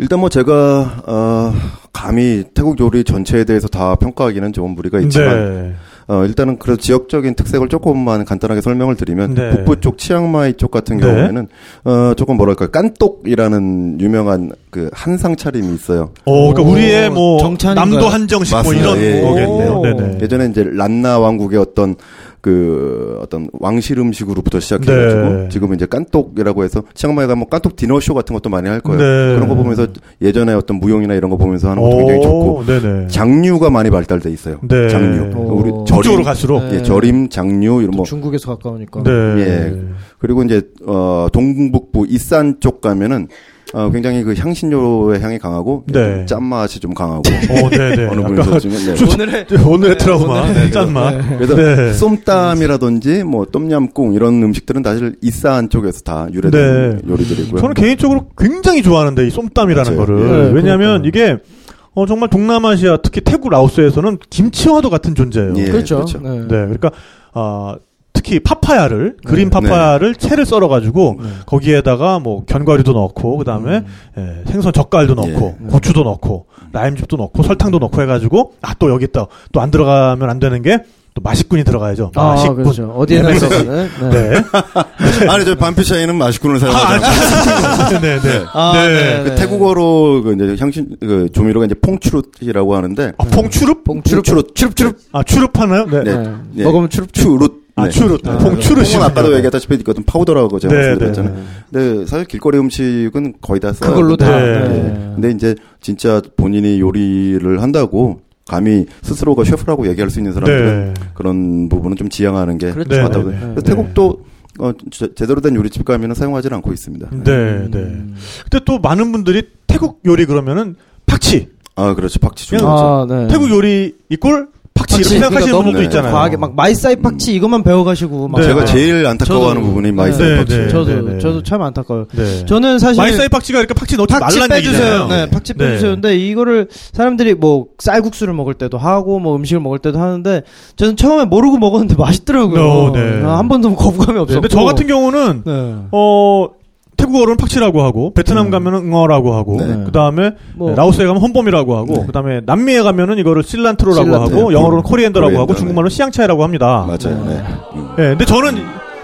일단 뭐 제가 어, 감히 태국 요리 전체에 대해서 다 평가하기는 좀 네. 무리가 네, 있지만 어, 일단은 그런 지역적인 특색을 조금만 간단하게 설명을 드리면 네. 북부 쪽 치앙마이 쪽 같은 네. 경우에는 어, 조금 뭐랄까 깐똑이라는 유명한 그 한상 차림이 있어요. 어, 그러니까 오, 우리의 뭐 정찬인가요? 남도 한정식 맞습니다. 뭐 이런 예. 거겠네요. 오. 네네. 예전에 이제 란나 왕국의 어떤 그 어떤 왕실 음식으로부터 시작해가지고 네. 지금은 이제 깐똑이라고 해서 치앙마이 가면 뭐 깐똑 디너쇼 같은 것도 많이 할 거예요. 네. 그런 거 보면서 예전에 어떤 무용이나 이런 거 보면서 하는 것도 굉장히 오, 좋고 네네. 장류가 많이 발달돼 있어요. 네. 장류. 우리 오. 북쪽으로 절임, 갈수록. 네. 예, 절임, 장류 이런 또 뭐 중국에서 가까우니까. 네. 예. 그리고 이제 어 동북부 이산 쪽 가면은 어 굉장히 그 향신료의 향이 강하고 네. 짠맛이 좀 강하고 어, 네네. [laughs] 어느 약간 분에서 지금 네. 오늘의 오늘의 트라우마 네, 짠맛. 그래서 네. 쏨땀이라든지 뭐 똠얌꿍 이런 음식들은 사실 이산 쪽에서 다 유래된 요리들이고요. 네. 저는 개인적으로 굉장히 좋아하는데 이 쏨땀이라는 네. 맞아요. 네, 거를 예, 왜냐하면 이게 어, 정말 동남아시아 특히 태국 라오스에서는 김치와도 같은 존재예요. 예, 그렇죠. 그렇죠. 네. 네, 그러니까 아 특히 파파야를 그린 네. 파파야를 채를 썰어가지고 네. 거기에다가 뭐 견과류도 넣고 그다음에 예, 생선 젓갈도 넣고 네. 고추도 넣고 라임즙도 넣고 설탕도 넣고 해가지고 아 또 여기 있다 또 안 들어가면 안 되는 게 또 마식군이 들어가야죠. 아, 마식군. 그렇죠. 어디에나 [laughs] 있어서는. 네. 네. 아니 저 반피샤이는 마시군을 사용하잖아요. 네, 네. 아, 네. 그 태국어로 그 이제 향신 그 조미료가 이제 퐁추룻이라고 하는데 아, 봉추릅? 봉추룩. 퐁추룻 추룻 아, 추릅하나요? 네. 네. 예. 먹으면 추룩. 추룻 아, 네. 추릅. 네. 봉추릅이요. 퐁은 아까도 얘기했다시피 그 어떤 파우더라고 제가 네, 말씀드렸잖아요. 근데 사실 길거리 음식은 거의 다 써요. 그걸로 다. 네. 네. 근데 이제 진짜 본인이 요리를 한다고 감히 스스로가 셰프라고 얘기할 수 있는 네. 사람들은 그런 부분은 좀 지양하는 게 그렇죠. 네, 맞다고. 네, 네. 그래서 태국도 어, 제- 제대로 된 요리집 가면은 사용하지는 않고 있습니다. 음. 네, 네. 근데 또 많은 분들이 태국 요리 그러면은 팍치. 아 그렇죠. 박치 그냥 중요하죠. 네. 태국 요리 이꼴 팍치, 팍치. 이렇게 생각하시는 그러니까 너무 분들도 네. 있잖아요. 음. 과하게 막 마이사이 팍치 이것만 배워가시고 막 네. 제가 네. 제일 안타까워하는 저도- 부분이 네. 마이사이 네, 박치. 네. 저도 저도 참 안타까워요. 네. 저는 사실 마이사이 팍치가 이렇게 팍치 넣지 팍치 말란 빼주세요. 얘기잖아요. 네, 팍치 빼주세요. 근데 이거를 사람들이 뭐 쌀국수를 먹을 때도 하고 뭐 음식을 먹을 때도 하는데 저는 처음에 모르고 먹었는데 맛있더라고요. 어, 네. 아, 한 번도 거부감이 네, 없었고. 근데 저 같은 경우는 네. 어 태국어로는 팍치라고 하고 베트남 음. 가면은 응어라고 하고 네. 그다음에 뭐 라오스에 가면 험범이라고 하고 네. 그다음에 남미에 가면은 이거를 실란트로라고 실란트로. 음. 하고 영어로는 코리앤더라고 하고 코리앤더, 네. 중국말로 시앙차이라고 합니다. 맞아요. 네. 음. 예, 근데 저는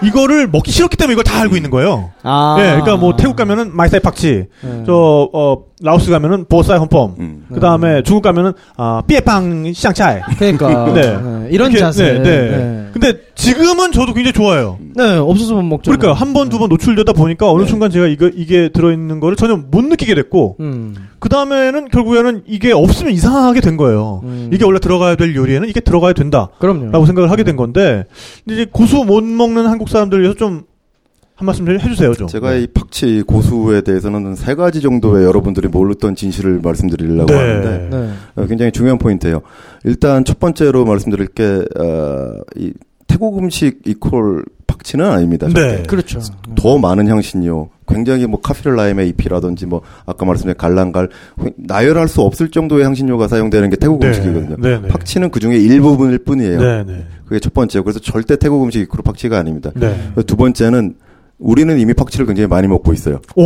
이거를 먹기 싫었기 때문에 이걸 다 알고 있는 거예요. 아. 예, 그러니까 뭐 태국 가면은 마이사이 팍치, 네. 저 어 라오스 가면은 보사이 험펌, 음. 그 다음에 중국 가면은 아 삐에빵 시앙차이. 그러니까 [laughs] 네. 네, 이런 이렇게, 자세. 네, 네. 근데 지금은 저도 굉장히 좋아해요. 네, 없어서 못 먹죠. 그러니까 한 번 두 번 노출되다 보니까 어느 네. 순간 제가 이거 이게 들어있는 거를 전혀 못 느끼게 됐고 음. 그 다음에는 결국에는 이게 없으면 이상하게 된 거예요. 음. 이게 원래 들어가야 될 요리에는 이게 들어가야 된다. 그럼요. 라고 생각을 하게 된 건데 근데 이제 고수 못 먹는 한국 사람들 위해서 좀 한 말씀 좀 해주세요 좀. 제가 이 팍치 고수에 대해서는 세 가지 정도의 여러분들이 몰랐던 진실을 말씀드리려고 하는데 네. 네. 어, 굉장히 중요한 포인트예요. 일단 첫 번째로 말씀드릴 게 어, 이 태국 음식 이퀄 팍치는 아닙니다. 절대. 네. 그렇죠. 더 많은 향신료, 굉장히 뭐 카피를 라임의 잎이라든지 뭐 아까 말씀드린 갈랑갈 나열할 수 없을 정도의 향신료가 사용되는 게 태국 네. 음식이거든요. 네, 네. 팍치는 그 중에 일부분일 뿐이에요. 네, 네. 그게 첫 번째고 그래서 절대 태국 음식 이퀄 팍치가 아닙니다. 네. 두 번째는 우리는 이미 팍치를 굉장히 많이 먹고 있어요. 오.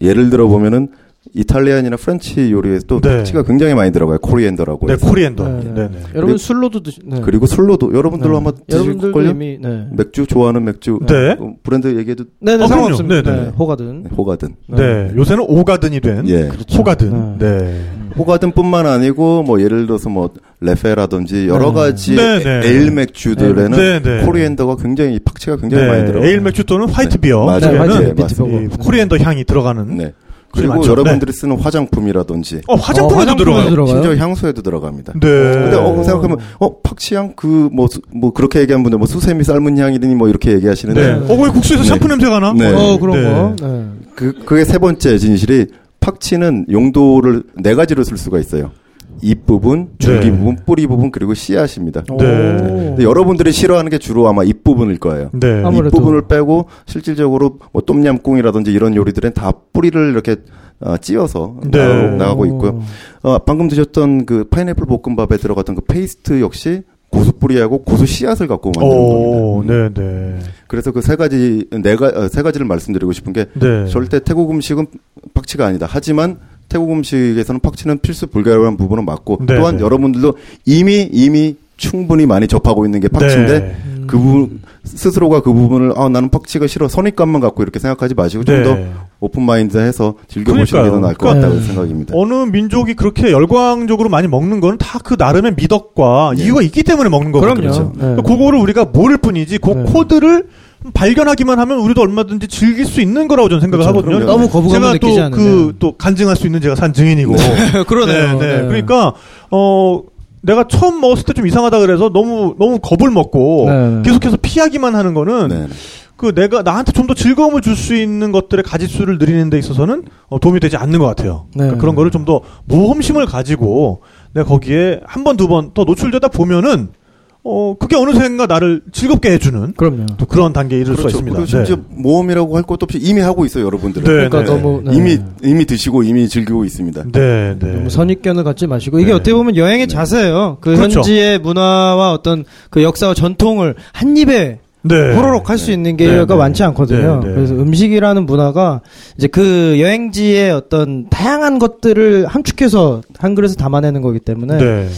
네, 예를 들어 보면은 이탈리안이나 프렌치 요리에서도 네. 팍치가 굉장히 많이 들어가요. 코리앤더라고 네, 해서. 코리앤더. 네, 네, 네. 네. 여러분 술로도 드시. 네. 그리고 술로도 여러분들로 네. 한번 드실 여러분들도 걸요. 이미 네. 맥주 좋아하는 맥주 네. 어, 브랜드 얘기해도 네, 네, 어, 상관없습니다. 그럼요. 네, 네. 네, 호가든. 네, 호가든. 네. 요새는 오가든이 된 예. 소가든. 네. 호가든뿐만 아니고 뭐 예를 들어서 뭐 레페라든지 여러 네. 가지 네, 네. 에일 맥주들에는 네, 네. 코리앤더가 굉장히 이 팍치가 네. 굉장히 많이 들어요. 에일 맥주 또는 화이트 네. 비어. 맞아요. 네, 중에는 화이트 네, 비트 버거. 이 코리앤더 향이 들어가는 네. 그리고 많죠. 여러분들이 쓰는 화장품이라든지 어, 화장품에도 어, 화장품에도 들어가요. 들어가요? 심지어 향수에도 들어갑니다. 네. 근데 어, 생각하면 어 팍치향 그 뭐 뭐 그렇게 얘기한 분들 뭐 수세미 삶은 향이니 뭐 이렇게 얘기하시는데 네. 어, 왜 국수에서 샴푸 냄새가 나? 네. 어, 그런 거. 네. 그 그게 세 번째 진실이 팍치는 용도를 네 가지로 쓸 수가 있어요. 잎 부분, 줄기 네. 부분, 뿌리 부분 그리고 씨앗입니다. 네. 근데 여러분들이 싫어하는 게 주로 아마 잎 부분일 거예요. 네. 잎 부분을 빼고 실질적으로 뭐 똠얌꿍이라든지 이런 요리들은 다 뿌리를 이렇게 어, 찧어서 네. 나가고, 나가고 오. 있고요. 어, 방금 드셨던 그 파인애플 볶음밥에 들어갔던 그 페이스트 역시 고수 뿌리하고 고수 씨앗을 갖고 만든 오, 네, 네. 그래서 그 세 가지 네가 어, 세 가지를 말씀드리고 싶은 게 네. 절대 태국 음식은 팍치가 아니다. 하지만 태국 음식에서는 팍치는 필수 불가피한 부분은 맞고 네, 또한 네. 여러분들도 이미 이미 충분히 많이 접하고 있는 게 팍치인데 네. 음. 그 부분 스스로가 그 부분을 아 나는 팍치가 싫어 선입관만 갖고 이렇게 생각하지 마시고 좀 더 네. 오픈 마인드해서 즐겨 보시는 게 더 나을 것 그러니까요. 같다는 네. 생각입니다. 어느 민족이 그렇게 열광적으로 많이 먹는 거는 다 그 나름의 미덕과 이유가 있기 때문에 먹는 거거든요. 네. 그럼요. 네. 그거를 우리가 모를 뿐이지 그 코드를 발견하기만 하면 우리도 얼마든지 즐길 수 있는 거라고 저는 생각을 그렇죠. 하거든요. 그럼요. 너무 거부감을 제가 느끼지 또 그, 않으면. 또 간증할 수 있는 제가 산 증인이고. [laughs] 네, 그러네요. 네. 네. 그러니까 어 내가 처음 먹었을 때 좀 이상하다 그래서 너무 너무 겁을 먹고 네, 네. 뭐 계속해서 피하기만 하는 거는 네. 그 내가 나한테 좀 더 즐거움을 줄 수 있는 것들의 가짓수를 늘리는 데 있어서는 어, 도움이 되지 않는 것 같아요. 네. 그런 거를 좀 더 모험심을 가지고 내가 거기에 한 번 두 번 더 노출되다 보면은 어 그게 어느샌가 나를 즐겁게 해주는 또 그런 단계에 이를 수가 있습니다. 그렇죠. 그리고 심지어 네. 모험이라고 할 것도 없이 이미 하고 있어요, 여러분들은. 네, 그러니까 네. 너무, 네. 이미 이미 드시고 이미 즐기고 있습니다. 네, 네. 너무 선입견을 갖지 마시고 이게 네. 어떻게 보면 여행의 자세예요. 그 그렇죠. 현지의 문화와 어떤 그 역사와 전통을 한 입에 네. 호로록 할 수 있는 네, 게가 네. 많지 않거든요. 네, 네. 그래서 음식이라는 문화가 이제 그 여행지의 어떤 다양한 것들을 함축해서 한 그릇에 담아내는 거기 때문에 네.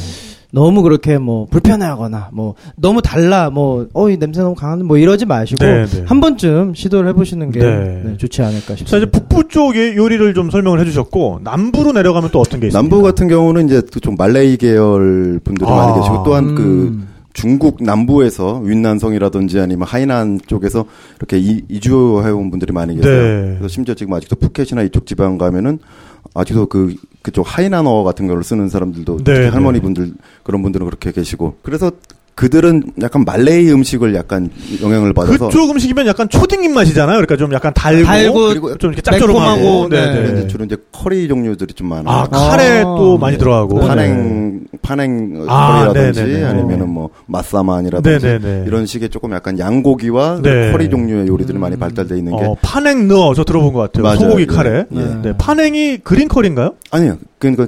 너무 그렇게 뭐 불편해하거나 뭐 너무 달라 뭐어이 냄새 너무 강한데 뭐 이러지 마시고 네, 네. 한 번쯤 시도를 해보시는 게 네. 네, 좋지 않을까 싶습니다. 자 이제 북부 쪽의 요리를 좀 설명을 해주셨고 남부로 내려가면 또 어떤 게 있어요? 남부 같은 경우는 이제 그좀 말레이 계열 분들이 아, 많이 계시고 또한 그 중국 남부에서 윈난성이라든지 아니면 하이난 쪽에서 이렇게 이, 이주해온 분들이 많이 계세요. 네. 그래서 심지어 지금 아직도 푸켓이나 이쪽 지방 가면은 아직도 그 그쪽 하이난어 같은 걸 쓰는 사람들도 네, 특히 네. 할머니 분들 그런 분들은 그렇게 계시고 그래서 그들은 약간 말레이 음식을 약간 영향을 받아서 그쪽 음식이면 약간 초딩 입맛이잖아요. 그러니까 좀 약간 달고, 그리고 좀 이렇게 짭조름하고 네, 네. 근데 주로 이제 커리 종류들이 좀 많아요. 네. 아, 카레 또 많이 들어가고. 파냉 파냉 아, 커리라든지 네네네. 아, 니면은뭐 마사만이라든지 네네네. 이런 식의 조금 약간 양고기와 네. 커리 종류의 요리들이 많이 발달돼 있는 게 어, 파냉 넣어 저 들어본 것 같아요. 맞아요. 소고기 예. 카레. 예. 네, 파냉이 그린 커리인가요? 아니요. 그러니까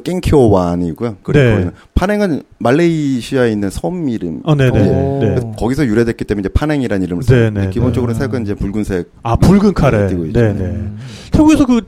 깽키오완이고요. 네. 그리고 파냉은 말레이시아에 있는 섬 이름. 어, 네네. 예. 네. 그래서 거기서 유래됐기 때문에 이제 파냉이라는 이름을 네네. 음. 쓰는데 기본적으로 색은 이제 붉은색. 아 붉은 카레. 띄고 있죠. 네네. 태국에서 그,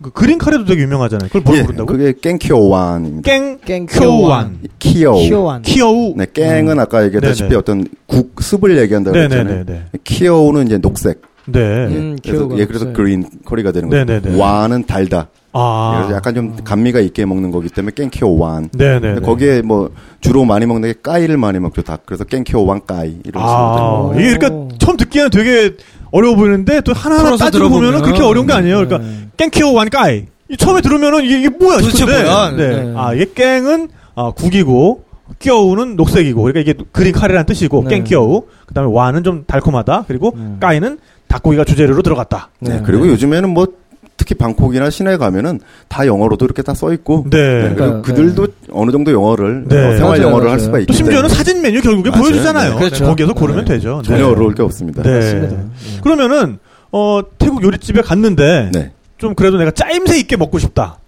그 그린 카레도 되게 유명하잖아요. 그걸 뭘 예, 부른다고? 그게 깽키오완입니다. 깽 쿄완. 키어우. 키어완. 키어우. 네, 깽은 아까 얘기했다시피 음. 네네. 어떤 국, 습을 얘기한다고 네네네. 했잖아요. 네. 키어우는 이제 녹색. 네. 예, 음, 그래서, 키어우가 예, 그래서 녹색. 그린 커리가 되는 네네네. 거죠. 완은 달다. 아. 예, 그래서 약간 좀 감미가 있게 먹는 거기 때문에 깽키오 완. 네네네. 근데 거기에 뭐 주로 많이 먹는 게 까이를 많이 먹죠. 다. 그래서 깽키오 완 까이 이런 아, 식으로. 이게 그러니까 처음 듣기에는 되게 어려워 보이는데 또 하나하나 풀어서 따지고 보면은 들어보면. 그렇게 어려운 게 아니에요. 네. 그러니까 깽키오 완까이. 이 처음에 들으면은 이게, 이게 뭐야 도대체 싶은데. 뭐야? 네. 네. 아, 이게 깽은 아, 국이고 끼어우는 녹색이고 그러니까 이게 그린 카레라는 뜻이고 네. 깽끼어우 그다음에 와는 좀 달콤하다 그리고 네. 까이는 닭고기가 주재료로 들어갔다. 네. 그리고 요즘에는 뭐 특히 방콕이나 시내에 가면은 다 영어로도 이렇게 다 써 있고 네. 그리고 그러니까, 그들도 어느 정도 영어를 네. 어, 생활 맞아요, 영어를 맞아요. 할 수가 있기 또 심지어는 때문에 사진 메뉴 결국에 맞아요. 보여주잖아요. 네, 그렇죠. 거기에서 고르면 네. 되죠. 전혀 어려울 게 없습니다. 네. 맞습니다. 그러면은 어, 태국 요리집에 갔는데 네. 좀 그래도 내가 짜임새 있게 먹고 싶다.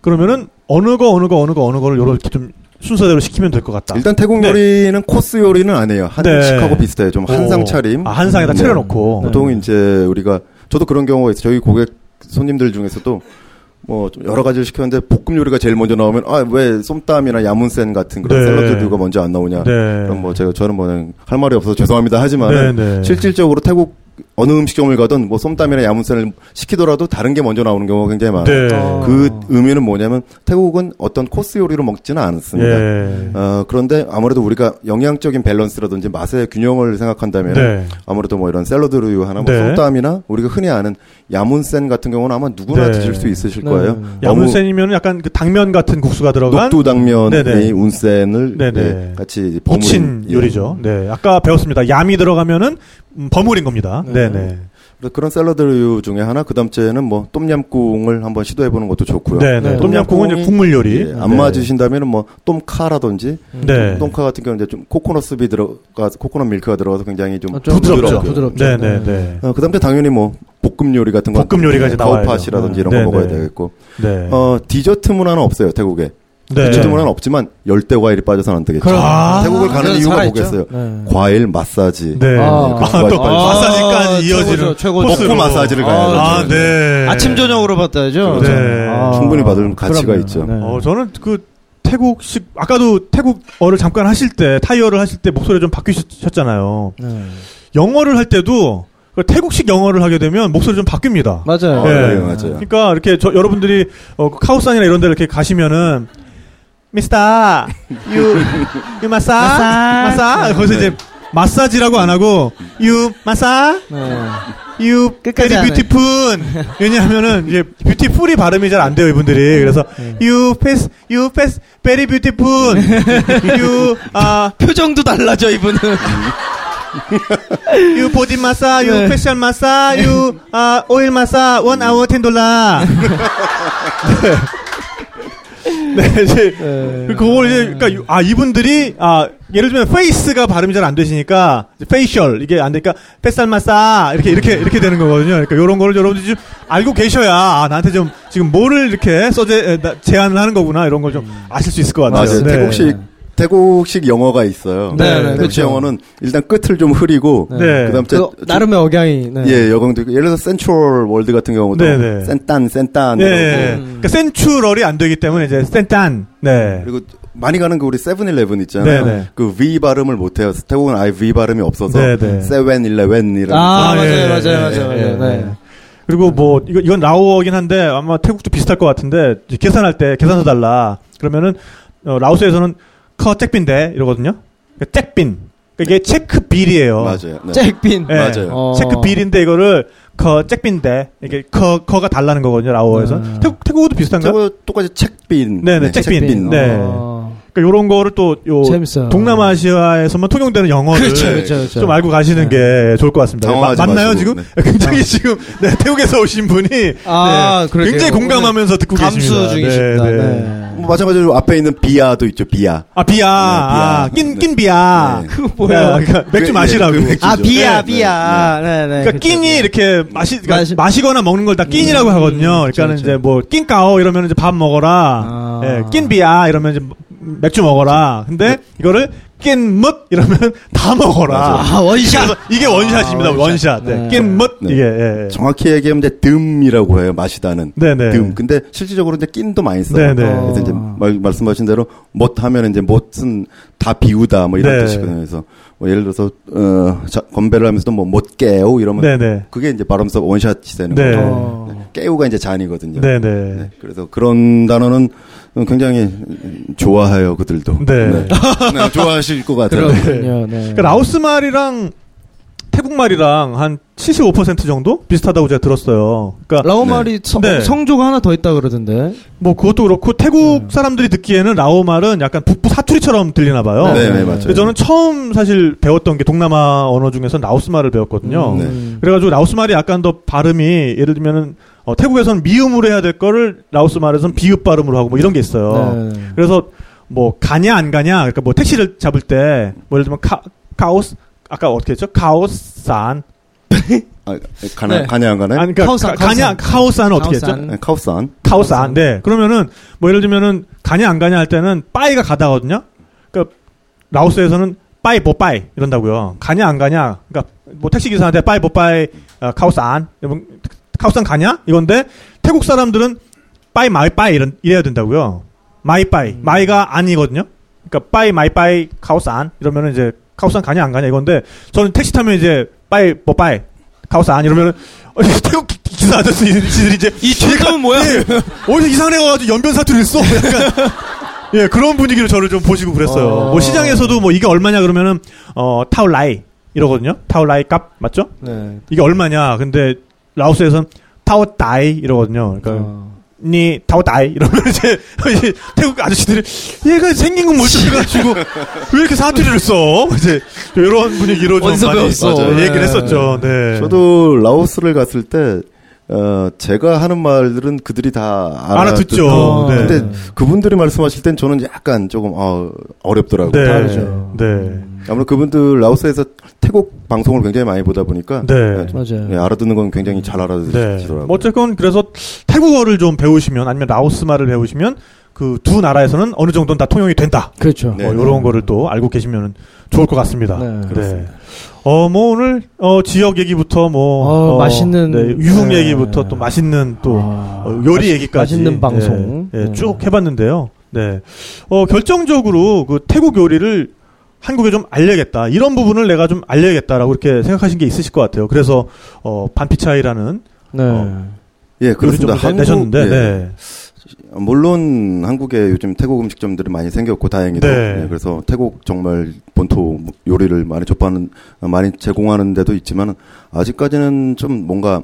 그러면은 어느 거 어느 거 어느 거 어느 거를 요렇게 좀 순서대로 시키면 될 것 같다. 일단 태국 네. 요리는 코스 요리는 아니에요. 한식하고 네. 비슷해요. 좀뭐 한상 오. 차림. 아, 한상에다 네. 차려놓고. 보통 이제 우리가 저도 그런 경우가 있어요. 저희 고객 손님들 중에서도 뭐좀 여러 가지를 시켰는데 볶음 요리가 제일 먼저 나오면 아 왜 쏨땀이나 야문센 같은 그런 네. 샐러드류가 먼저 안 나오냐. 네. 그럼 뭐 제가 저는 뭐 할 말이 없어서 죄송합니다 하지만 네, 네. 실질적으로 태국 어느 음식점을 가든 뭐 쏨땀이나 야문센을 시키더라도 다른 게 먼저 나오는 경우가 굉장히 많아요. 네. 아. 그 의미는 뭐냐면 태국은 어떤 코스 요리로 먹지는 않습니다. 예. 어, 그런데 아무래도 우리가 영양적인 밸런스라든지 맛의 균형을 생각한다면 네. 아무래도 뭐 이런 샐러드류 하나, 뭐 네. 쏨땀이나 우리가 흔히 아는 야문센 같은 경우는 아마 누구나 네. 드실 수 있으실 네. 거예요. 너무 야문센이면 약간 그 당면 같은 국수가 들어간 녹두 당면이 네네. 운센을 네네. 네, 같이 버무린 부친 예. 요리죠. 네, 아까 배웠습니다. 얌이 들어가면은 음, 버무린 겁니다. 네, 네, 그래서 그런 샐러드류 중에 하나 그다음 주에는 뭐 똠얌꿍을 한번 시도해 보는 것도 좋고요. 네, 네. 똠얌꿍은 이제 국물 요리. 예, 안 네. 맞으신다면은 뭐 똠카라든지 네. 똠카 같은 경우는 이제 좀 코코넛습이 들어가 코코넛 밀크가 들어가서 굉장히 좀, 아, 좀 부드럽죠. 부드럽죠. 네, 네, 네네네. 네. 그다음 에 당연히 뭐 볶음 요리 같은 거 볶음 요리가 이제 나와야죠. 가우팟이라든지 이런 네, 거 먹어야 네. 되겠고. 네. 어그 디저트 문화는 없어요 태국에. 네. 디저트 문화는 그렇죠. 없지만 열대 과일이 빠져서는 안 되겠죠. 그럼. 아, 태국을 가는 그건 이유가 살아있죠. 뭐겠어요? 네. 과일 마사지. 네. 아, 아, 또 마사지까지 이어지는 코스로. 먹고 마사지를 가야 죠 아, 네. 아침 저녁으로 받아야죠. 그렇죠. 충분히 받을 가치가 그럼요. 있죠. 네. 어, 저는 그 태국식 아까도 태국어를 잠깐 하실 때 타이어를 하실 때 목소리 좀 바뀌셨잖아요. 네. 영어를 할 때도 그 태국식 영어를 하게 되면 목소리 좀 바뀝니다. 맞아요. 예. 아, 네, 맞아요. 그러니까 이렇게 저- 여러분들이 어, 그 카오산이나 이런 데 이렇게 가시면은 미스터 유 유 마사 마사 거기서 네. 이제 마사지라고 안 하고 유 마사 네. 유 끝까지 베리 안 해요. 뷰티풀 [laughs] 왜냐하면은 이제 뷰티풀이 발음이 잘 안 돼요 이분들이 그래서 네. 유 패스 유 패스 베리 뷰티풀 [laughs] 유아 표정도 달라져 이분은. 유 보디 마사 유 네. 패션 마사 유아 오일 마사 원 아워 텐 [laughs] 돌라 네, 이제 그걸 이제 그러니까 유- 아 이분들이 아 예를 들면 페이스가 발음이 잘 안 되시니까 이제 페이셜 이게 안 되니까 뱃살마사 이렇게 이렇게 이렇게 되는 거거든요. 그러니까 이런 거를 여러분들이 좀 알고 계셔야 아, 나한테 좀 지금 뭐를 이렇게 써제 에, 나- 제안을 하는 거구나 이런 걸 좀 아실 수 있을 것 같아요. 맞아요. 네. 태국식 태국식 영어가 있어요. 네, 네, 태국식 그렇죠. 영어는 일단 끝을 좀 흐리고 네. 그다음 제 그거 나름의 억양이 네. 예 여광도 있고 예를 들어 센츄럴 월드 같은 경우도 네, 네. 센딴 센딴 네, 이러고. 네. 그러니까 센츄럴이 안 되기 때문에 이제 센탄 네. 그리고 많이 가는 그 우리 세븐일레븐 있잖아요. 네, 네. 그 V 발음을 못해요. 태국은 아예 V 발음이 없어서 네, 네. 세븐일레븐이라는. 아, 맞아요, 맞아요, 맞아요, 맞아요. 네. 그리고 뭐 이거 이건 라오어긴 한데 아마 태국도 비슷할 것 같은데 이제 계산할 때 계산서 달라 그러면은 어, 라오스에서는 커 잭빈데 이러거든요. 그러니까 잭빈 그러니까 이게 체크 빌이에요. 맞아요. 네. 잭빈. 맞아요. 어. 체크 빌인데 이거를 커 잭빈데 이게 커 커가 달라는 거거든요. 라오어에서 태국 태국어도 비슷한가? 요 똑같이 잭빈. 네네 잭빈. 네. 그러니까 요런 거를 또요 재밌어요. 동남아시아에서만 통용되는 영어를 그렇죠, 그렇죠, 그렇죠. 네. 좀 알고 가시는 게 좋을 것 같습니다. 마- 당황하지 맞나요 마시고, 지금? [laughs] 굉장히 지금 네, 태국에서 오신 분이 아, 네, 굉장히 공감하면서 듣고 계십니다. 네, 네. 뭐 마찬가지로 앞에 있는 비아도 있죠. 비아. 아 비야, 아, 낀, 낀 비야. 그거 뭐야? 그러니까 맥주 그, 마시라고. 네, 그 맥주죠. 아, 비야, 아, 비야. 네, 네. 그러니까 그쵸, 끼니 이렇게 마시 그러니까 마시거나 먹는 걸 다 끼니라고 하거든요. 그러니까는 이제 뭐 낀까오 이러면 이제 밥 먹어라. 예, 낀 비야 이러면 이제 맥주 먹어라. 근데 이거를 낀뭇 이러면 [laughs] 다 먹어라. 맞아요. 아, 원샷. 그래서 이게 원샷입니다. 아, 원샷. 네. 낀뭇 네. 이게 예, 예. 정확히 얘기하면 이제 듬이라고 해요. 마시다는 네네. 듬. 근데 실질적으로 이제 낀도 많이 써요. 네네. 그래서 이제 말, 말씀하신 대로 못 하면 이제 못은 다 비우다 뭐 이런 네. 뜻이거든요. 그래서 뭐 예를 들어서 어, 자, 건배를 하면서도 뭐 못 깨우 이러면 네네. 그게 이제 발음서 원샷이 되는 네. 거죠. 네. 깨우가 이제 잔이거든요. 네네. 네. 그래서 그런 단어는 굉장히 좋아해요 그들도. 네. 네, 좋아하실 것 같아요. 그렇군요. 네. 그러니까 라오스 말이랑 태국 말이랑 한 75% 정도 비슷하다고 제가 들었어요. 그러니까 라오 말이 성- 성조가 하나 더 있다 그러던데. 뭐 그것도 그렇고 네. 태국 사람들이 듣기에는 라오 말은 약간 북부 사투리처럼 들리나 봐요. 네, 네, 맞아요. 근데 저는 처음 사실 배웠던 게 동남아 언어 중에서 라오스 말을 음, 배웠거든요. 네. 네. 그래가지고 라오스 말이 약간 더 발음이 예를 들면은 어, 태국에서는 미음으로 해야 될 거를 라오스 말에서는 비읍 발음으로 하고 뭐 이런 게 네. 있어요. 그래서 뭐 가냐 안 가냐 그러니까 뭐 택시를 잡을 때 뭐 예를 들면 카 카오스 아까 어떻게 했죠? 카오산 아, 가나 네. 가냐 안 가나? 아니, 그러니까 카오산, 가- 가냐, 카오산은 어떻게 카오산. 했죠? 네, 카오산. 카오스 안 돼. 그러면은 뭐 예를 들면은 가냐 안 가냐 할 때는 빠이가 가다거든요. 그러니까 라오스에서는 빠이 뭐 보빠이 이런다고요. 가냐 안 가냐. 그러니까 뭐 택시 기사한테 빠이 보빠이 어, 카오스 안. 여러분, 카오산 가냐? 이건데 태국 사람들은 빠이 마이 빠이 이런 이래야 된다고요. 마이 빠이. 마이가 아니거든요. 그러니까 빠이 마이 빠이 카오산 이러면은 이제 카오산 가냐 안 가냐 이건데 저는 택시 타면 이제 빠이 보빠이 가오산 이러면은 [laughs] 아니, 태국 기사 아저씨들이 이제 이 죄감은 뭐야? 어디서 이상한 애가 와가지고 연변 사투리를 [laughs] 써. 약간 예 그런 분위기로 저를 좀 보시고 그랬어요. 어. 뭐 시장에서도 뭐 이게 얼마냐 그러면은 어 타올라이 이러거든요. 타올라이 값 맞죠? 네. 이게 얼마냐? 근데 라오스에선 타오다이 이러거든요. 그러니까 어. 니 타오다이 이러면 [laughs] 이제 태국 아저씨들이 얘가 생긴 건 멀쩡해가지고 왜 이렇게 사투리를 써? 이제 이런 분위기로 좀 많이 맞아요. 얘기를 했었죠. 네. 저도 라오스를 갔을 때 어, 제가 하는 말들은 그들이 다 알아듣죠. 알아듣고, 네. 어, 근데 그분들이 말씀하실 땐 저는 약간 조금 어, 어렵더라고요. 네. 다르죠. 네. 아무래도 그분들 라오스에서 태국 방송을 굉장히 많이 보다 보니까 네. 맞아요. 알아듣는 건 굉장히 잘 알아듣더라고요. 뭐 어쨌건 그래서 태국어를 좀 배우시면 아니면 라오스 말을 배우시면 그 두 나라에서는 어느 정도는 다 통용이 된다. 그렇죠. 뭐 네. 이런 거를 또 알고 계시면 좋을 것 같습니다. 네. 어, 뭐 오늘 어, 지역 얘기부터 뭐 어, 어, 맛있는- 네, 유흥 네. 아, 얘기부터 또 맛있는 또 어, 요리 맛있- 얘기까지 맛있는 방송. 네, 네, 네. 쭉 해봤는데요. 네, 어, 결정적으로 그 태국 요리를 한국에 좀 알려야겠다 이런 부분을 내가 좀 알려야겠다라고 이렇게 생각하신 게 있으실 것 같아요. 그래서 어, 반피차이라는 어, 예, 그렇습니다. 요리 좀 내셨는데 예. 네. 물론 한국에 요즘 태국 음식점들이 많이 생겼고 다행히도 네. 예, 그래서 태국 정말 본토 요리를 많이 접하는 많이 제공하는 데도 있지만 아직까지는 좀 뭔가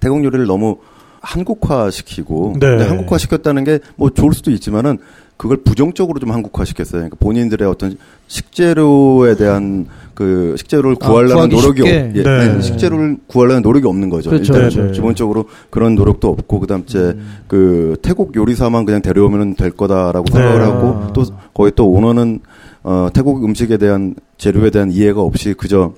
태국 요리를 너무 한국화 시키고 네. 한국화 시켰다는 게 뭐 좋을 수도 있지만은 그걸 부정적으로 좀 한국화 시켰어요. 그러니까 본인들의 어떤 식재료에 대한 그 식재료를 아, 구하려는 구하기 노력이 없, 쉽게. 예, 네. 아니, 식재료를 구하려는 노력이 없는 거죠. 그렇죠. 일단 네, 네. 기본적으로 그런 노력도 없고 그다음 에그 태국 요리사만 그냥 데려오면 될 거다라고 네. 생각을 하고 또 거기 또 오너는 어, 태국 음식에 대한 재료에 대한 이해가 없이 그저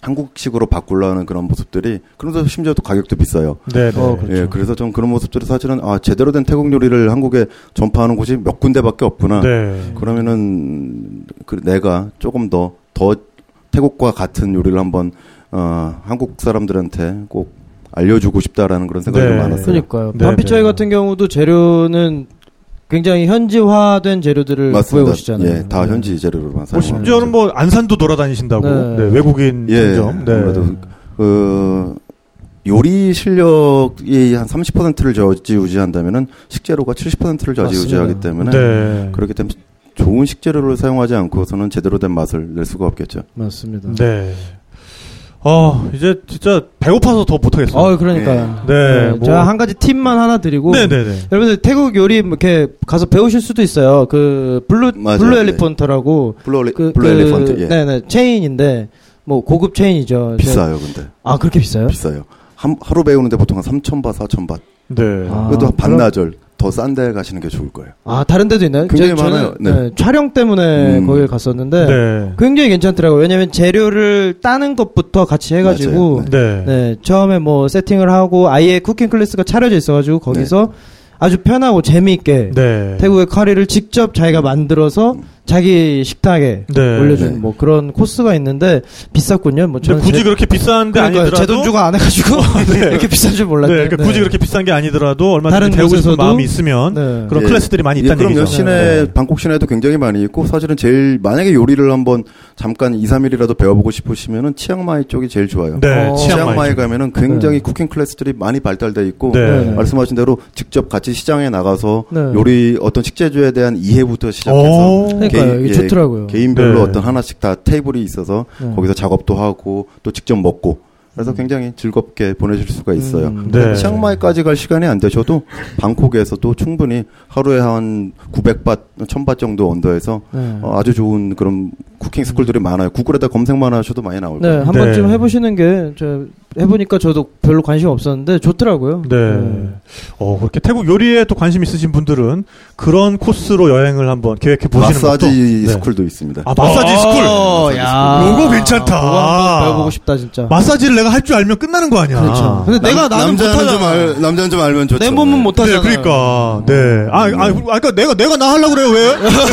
한국식으로 바꾸려는 그런 모습들이 그러면서 심지어 또 가격도 비싸요. 네, 네. 어, 예, 그래서 전 그런 모습들이 사실은 아 제대로 된 태국 요리를 한국에 전파하는 곳이 몇 군데밖에 없구나. 네. 그러면은 그 내가 조금 더 더 태국과 같은 요리를 한번 어, 한국 사람들한테 꼭 알려주고 싶다라는 그런 생각이 네. 좀 많았어요. 그러니까요. 반피차이 같은 경우도 재료는 굉장히 현지화된 재료들을 맞습니다. 구해오시잖아요. 예, 다 현지 재료로만 뭐 사용하는. 심지어는 뭐 안산도 돌아다니신다고 네. 네, 외국인 아. 예, 점점 네. 아무래도 그 요리 실력이 한 30%를 저지우지한다면은 식재료가 70%를 저지우지하기 맞습니다. 때문에 네. 그렇기 때문에 좋은 식재료를 사용하지 않고서는 제대로 된 맛을 낼 수가 없겠죠. 맞습니다. 네. 어, 이제 진짜 배고파서 더 못하겠어요. 어, 그러니까요. 네. 뭐- 제가 한 가지 팁만 하나 드리고. 네네네. 여러분들 태국 요리 뭐 이렇게 가서 배우실 수도 있어요. 그 블루 맞아요. 블루 네. 엘리펀트라고. 블루, 엘리- 그, 블루 그- 엘리펀트, 예. 네네 체인인데 뭐 고급 체인이죠. 비싸요, 근데. 아 그렇게 비싸요? 비싸요. 한, 하루 배우는데 보통 한 3,000바, 4,000바. 네. 아, 그래도 한 그럼- 반나절 더 싼 데 가시는 게 좋을 거예요. 아 다른 데도 있나요? 굉장히 저는- 많아요. 네. 촬영 때문에 음. 거길 갔었는데 네. 굉장히 괜찮더라고요. 왜냐면 재료를 따는 것부터 같이 해가지고 맞아요. 네. 네, 처음에 뭐 세팅을 하고 아예 쿠킹 클래스가 차려져 있어가지고 거기서 아주 편하고 재미있게 네. 태국의 커리를 직접 자기가 만들어서 자기 식탁에 네. 올려주는 네. 뭐 그런 코스가 있는데 비쌌군요. 뭐 근데 저는 굳이 제- 그렇게 비싼데 그러니까요. 아니더라도 어, 제돈 주고 안 해가지고 [laughs] 이렇게 비싼 줄 몰랐네요. 네, 그러니까 네. 굳이 그렇게 비싼 게 아니더라도 얼마 다른 든지 배우고 싶은 곳에서도- 마음이 있으면 네. 그런 예. 클래스들이 많이 예, 있다는 그럼요. 얘기죠. 네. 시내 방콕 시내도 굉장히 많이 있고 사실은 제일 만약에 요리를 한번 잠깐 2, 3일이라도 배워보고 싶으시면은 치앙마이 쪽이 제일 좋아요. 네, 어, 치앙마이 치앙마이 쪽. 가면은 굉장히 쿠킹 클래스들이 많이 발달돼 있고 네. 네. 말씀하신 대로 직접 같이 시장에 나가서 네. 요리 어떤 식재주에 대한 이해부터 오. 시작해서 어. 그러니까요. 예, 이게 좋더라고요. 개인별로 네. 음. 어떤 하나씩 다 테이블이 있어서 네. 거기서 작업도 하고 또 직접 먹고 그래서 굉장히 즐겁게 보내실 음. 수가 있어요. 네. 치앙마이까지 갈 시간이 안 되셔도 방콕에서도 충분히 하루에 한 900밭, 1000밭 정도 언더에서 네. 어, 아주 좋은 그런 쿠킹 스쿨들이 많아요. 구글에다 검색만 하셔도 많이 나올 네, 거예요. 한 번쯤 해보시는 게, 저, 해보니까 저도 별로 관심 없었는데, 좋더라고요. 네. 어, 그렇게 태국 요리에 또 관심 있으신 분들은 그런 코스로 여행을 한번 계획해 보시는 것도 마사지 네. 스쿨도 있습니다. 아, 마사지 스쿨. 야. 요거 괜찮다. 아. 그거 한번 배워보고 싶다, 진짜. 아. 마사지를 내가 할 줄 알면 끝나는 거 아니야. 그렇죠. 근데 내가 나는 남자는 못하잖아. 좀 알, 남자는 좀 알면 좋죠. 내 몸은 못하잖아. 네, 그러니까. 네. 아, 아, 아, 그러니까 내가 내가 나 하려고 그래요, 왜? [laughs]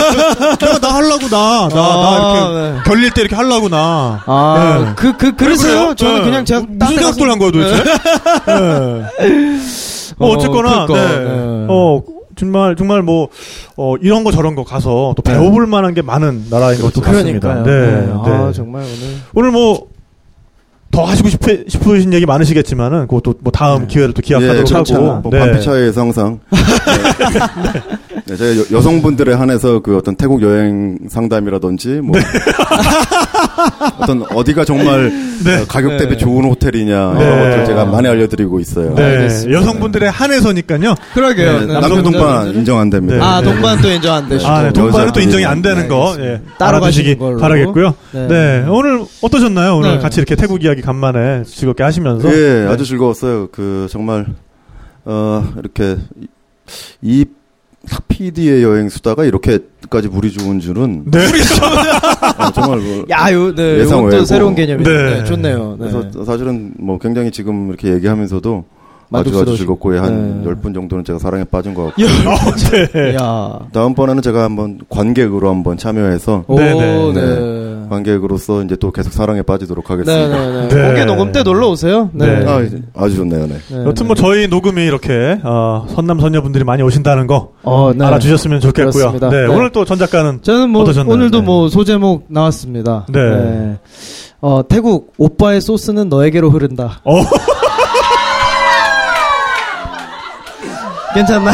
내가 나 하려고 나. 나, 나 이렇게 결릴 때 이렇게 하려고 나. 네. 아, 네. 그, 그, 왜 그래서요? 그래요? 저는 네. 그냥 제가 무슨 생각을 한 거야, 도대체? 네. 뭐 어, 어쨌거나 그러니까, 네. 네. 어 정말 정말 뭐 어, 이런 거 저런 거 가서 또 배워볼 만한 게 많은 나라인 것도 그렇죠. 그러니까요. 같습니다. 네. 네. 아, 네. 정말 오늘. 오늘 뭐 더 더 하시고 싶, 싶으신 얘기 많으시겠지만은 그것도 뭐 다음 기회를 또 예, 기약하도록 그렇죠. 하고. 네. 뭐 [laughs] 반피차의 예상상. 네. 네, 제가 여, 성분들에 한해서 그 어떤 태국 여행 상담이라든지 뭐 [laughs] 어떤 어디가 정말 네. 어, 가격 대비 네. 좋은 호텔이냐 이런 네. 것들 제가 많이 알려드리고 있어요. 네, 여성분들의 한해서니까요. 네, 남성 동반 인정 안 됩니다. 네, 네. 아, 네, 동반은 또 인정이 안 되는 거. 예. 따라가시기 바라겠고요. 네. 오늘 어떠셨나요? 오늘 네. 같이 이렇게 태국 이야기 간만에 즐겁게 하시면서. 예, 네. 아주 즐거웠어요. 그 정말 어 이렇게 이- 이 PD의 여행 수다가 이렇게까지 물이 좋은 줄은 네. [laughs] 아, 정말 뭐 야요, 네, 예상 요건 또 외고. 새로운 개념이네요. 네, 좋네요. 네. 그래서 사실은 뭐 굉장히 지금 이렇게 얘기하면서도 아주 아주 만족스러우시- 즐겁고 한 네. 열 분 정도는 제가 사랑에 빠진 것 같고 네. 다음번에는 제가 한번 관객으로 한번 참여해서 오, 네, 네. 네. 관객으로서 이제 또 계속 사랑에 빠지도록 네, 하겠습니다. 네, 네. 공개 녹음 때 놀러 오세요. 네. 아, 아주 좋네요. 네. 여튼 뭐 저희 녹음이 이렇게 어, 선남 선녀분들이 많이 오신다는 거 어, 네. 알아주셨으면 좋겠고요. 그렇습니다. 네, 네. 오늘 또 전 작가는 저는 뭐 어떠셨나요? 오늘도 뭐 소제목 나왔습니다. 네. 어, 태국 오빠의 소스는 너에게로 흐른다. 어, 괜찮나요?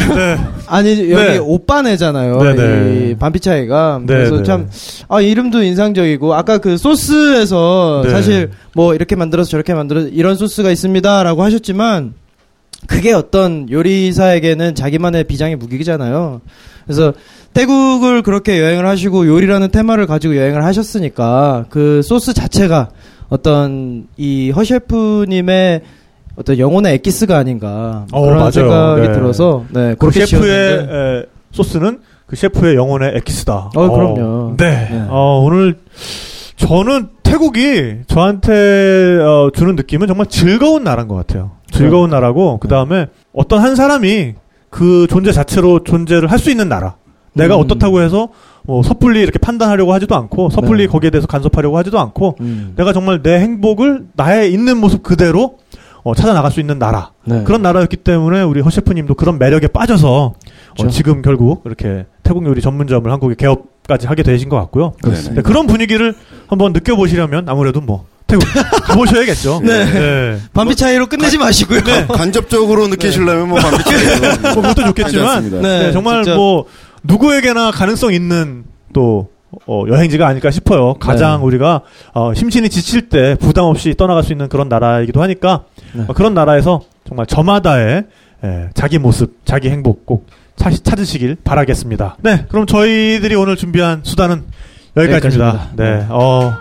괜찮나요? 아, [laughs] 아니 여기 네. 오빠네잖아요. 네, 네. 이 반피차이가 네, 그래서 네. 참 아, 이름도 인상적이고 아까 그 소스에서 네. 사실 뭐 이렇게 만들어서 저렇게 만들어서 이런 소스가 있습니다라고 하셨지만 그게 어떤 요리사에게는 자기만의 비장의 무기잖아요. 그래서 태국을 그렇게 여행을 하시고 요리라는 테마를 가지고 여행을 하셨으니까 그 소스 자체가 어떤 이 허셰프님의 어떤 영혼의 엑기스가 아닌가 어, 그런 맞아요. 생각이 네. 들어서 네 [laughs] 그 그렇게 셰프의 지었는데. 에, 소스는 그 셰프의 영혼의 엑기스다. 어, 그럼요. 네. 어, 오늘 저는 태국이 저한테 어, 주는 느낌은 정말 즐거운 나라인 것 같아요. 즐거운 나라고 그 다음에 어떤 한 사람이 그 존재 자체로 존재를 할 수 있는 나라. 내가 어떻다고 해서 뭐 섣불리 이렇게 판단하려고 하지도 않고 섣불리 거기에 대해서 간섭하려고 하지도 않고 음. 내가 정말 내 행복을 나의 있는 모습 그대로 어, 찾아 나갈 수 있는 나라 네. 그런 나라였기 때문에 우리 허셰프님도 그런 매력에 빠져서 어, 그렇죠. 지금 결국 이렇게 태국 요리 전문점을 한국에 개업까지 하게 되신 것 같고요. 네, 그렇습니다. 그런 분위기를 한번 느껴보시려면 아무래도 뭐 [laughs] 태국 가보셔야겠죠. 네. 뭐 반비 차이로 끝내지 마시고요. 네. 간접적으로 [laughs] 느끼시려면 뭐 반비치. 뭐 그것도 좋겠지만 괜찮습니다. 네, 네, 정말 진짜. 뭐 누구에게나 가능성 있는 또 어, 여행지가 아닐까 싶어요. 가장 우리가 어, 심신이 지칠 때 부담 없이 떠나갈 수 있는 그런 나라이기도 하니까 어, 그런 나라에서 정말 저마다의 예, 자기 모습, 자기 행복 꼭 차- 찾으시길 바라겠습니다. 네, 그럼 저희들이 오늘 준비한 수단은 여기까지입니다. 여기까지입니다. 네, 어,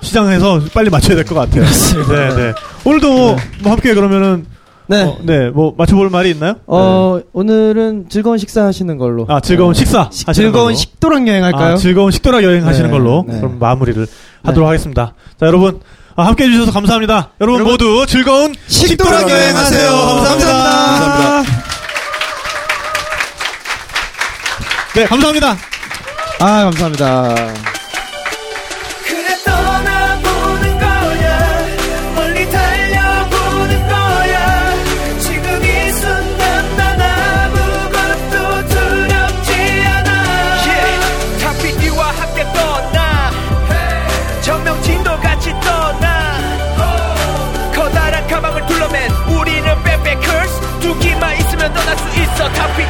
시장에서 빨리 맞춰야 될 것 같아요. 네, 네. 오늘도 뭐, 뭐 함께 그러면은 네, 네, 뭐 맞춰볼 말이 있나요? 어 오늘은 즐거운 식사 하시는 걸로. 아 즐거운 네. 식사 식- 하시는 즐거운 걸로. 식도락 여행할까요? 아, 즐거운 식도락 여행 하시는 네, 걸로 네. 그럼 마무리를 하도록 하겠습니다. 자 여러분 아, 함께 해주셔서 감사합니다. 여러분, 모두 즐거운 식도락, 여행하세요. 감사합니다. 네 감사합니다. 아 감사합니다. 그래 떠나보는 거야 멀리 달려보는 거야 지금 이 순간 난 아무것도 두렵지 않아 탑피디와 함께 떠나 전명진도 같이 떠나 Oh. 커다란 가방을 둘러맨 우리는 백패커스 두기만 있으면 떠날 수 있어 탑피디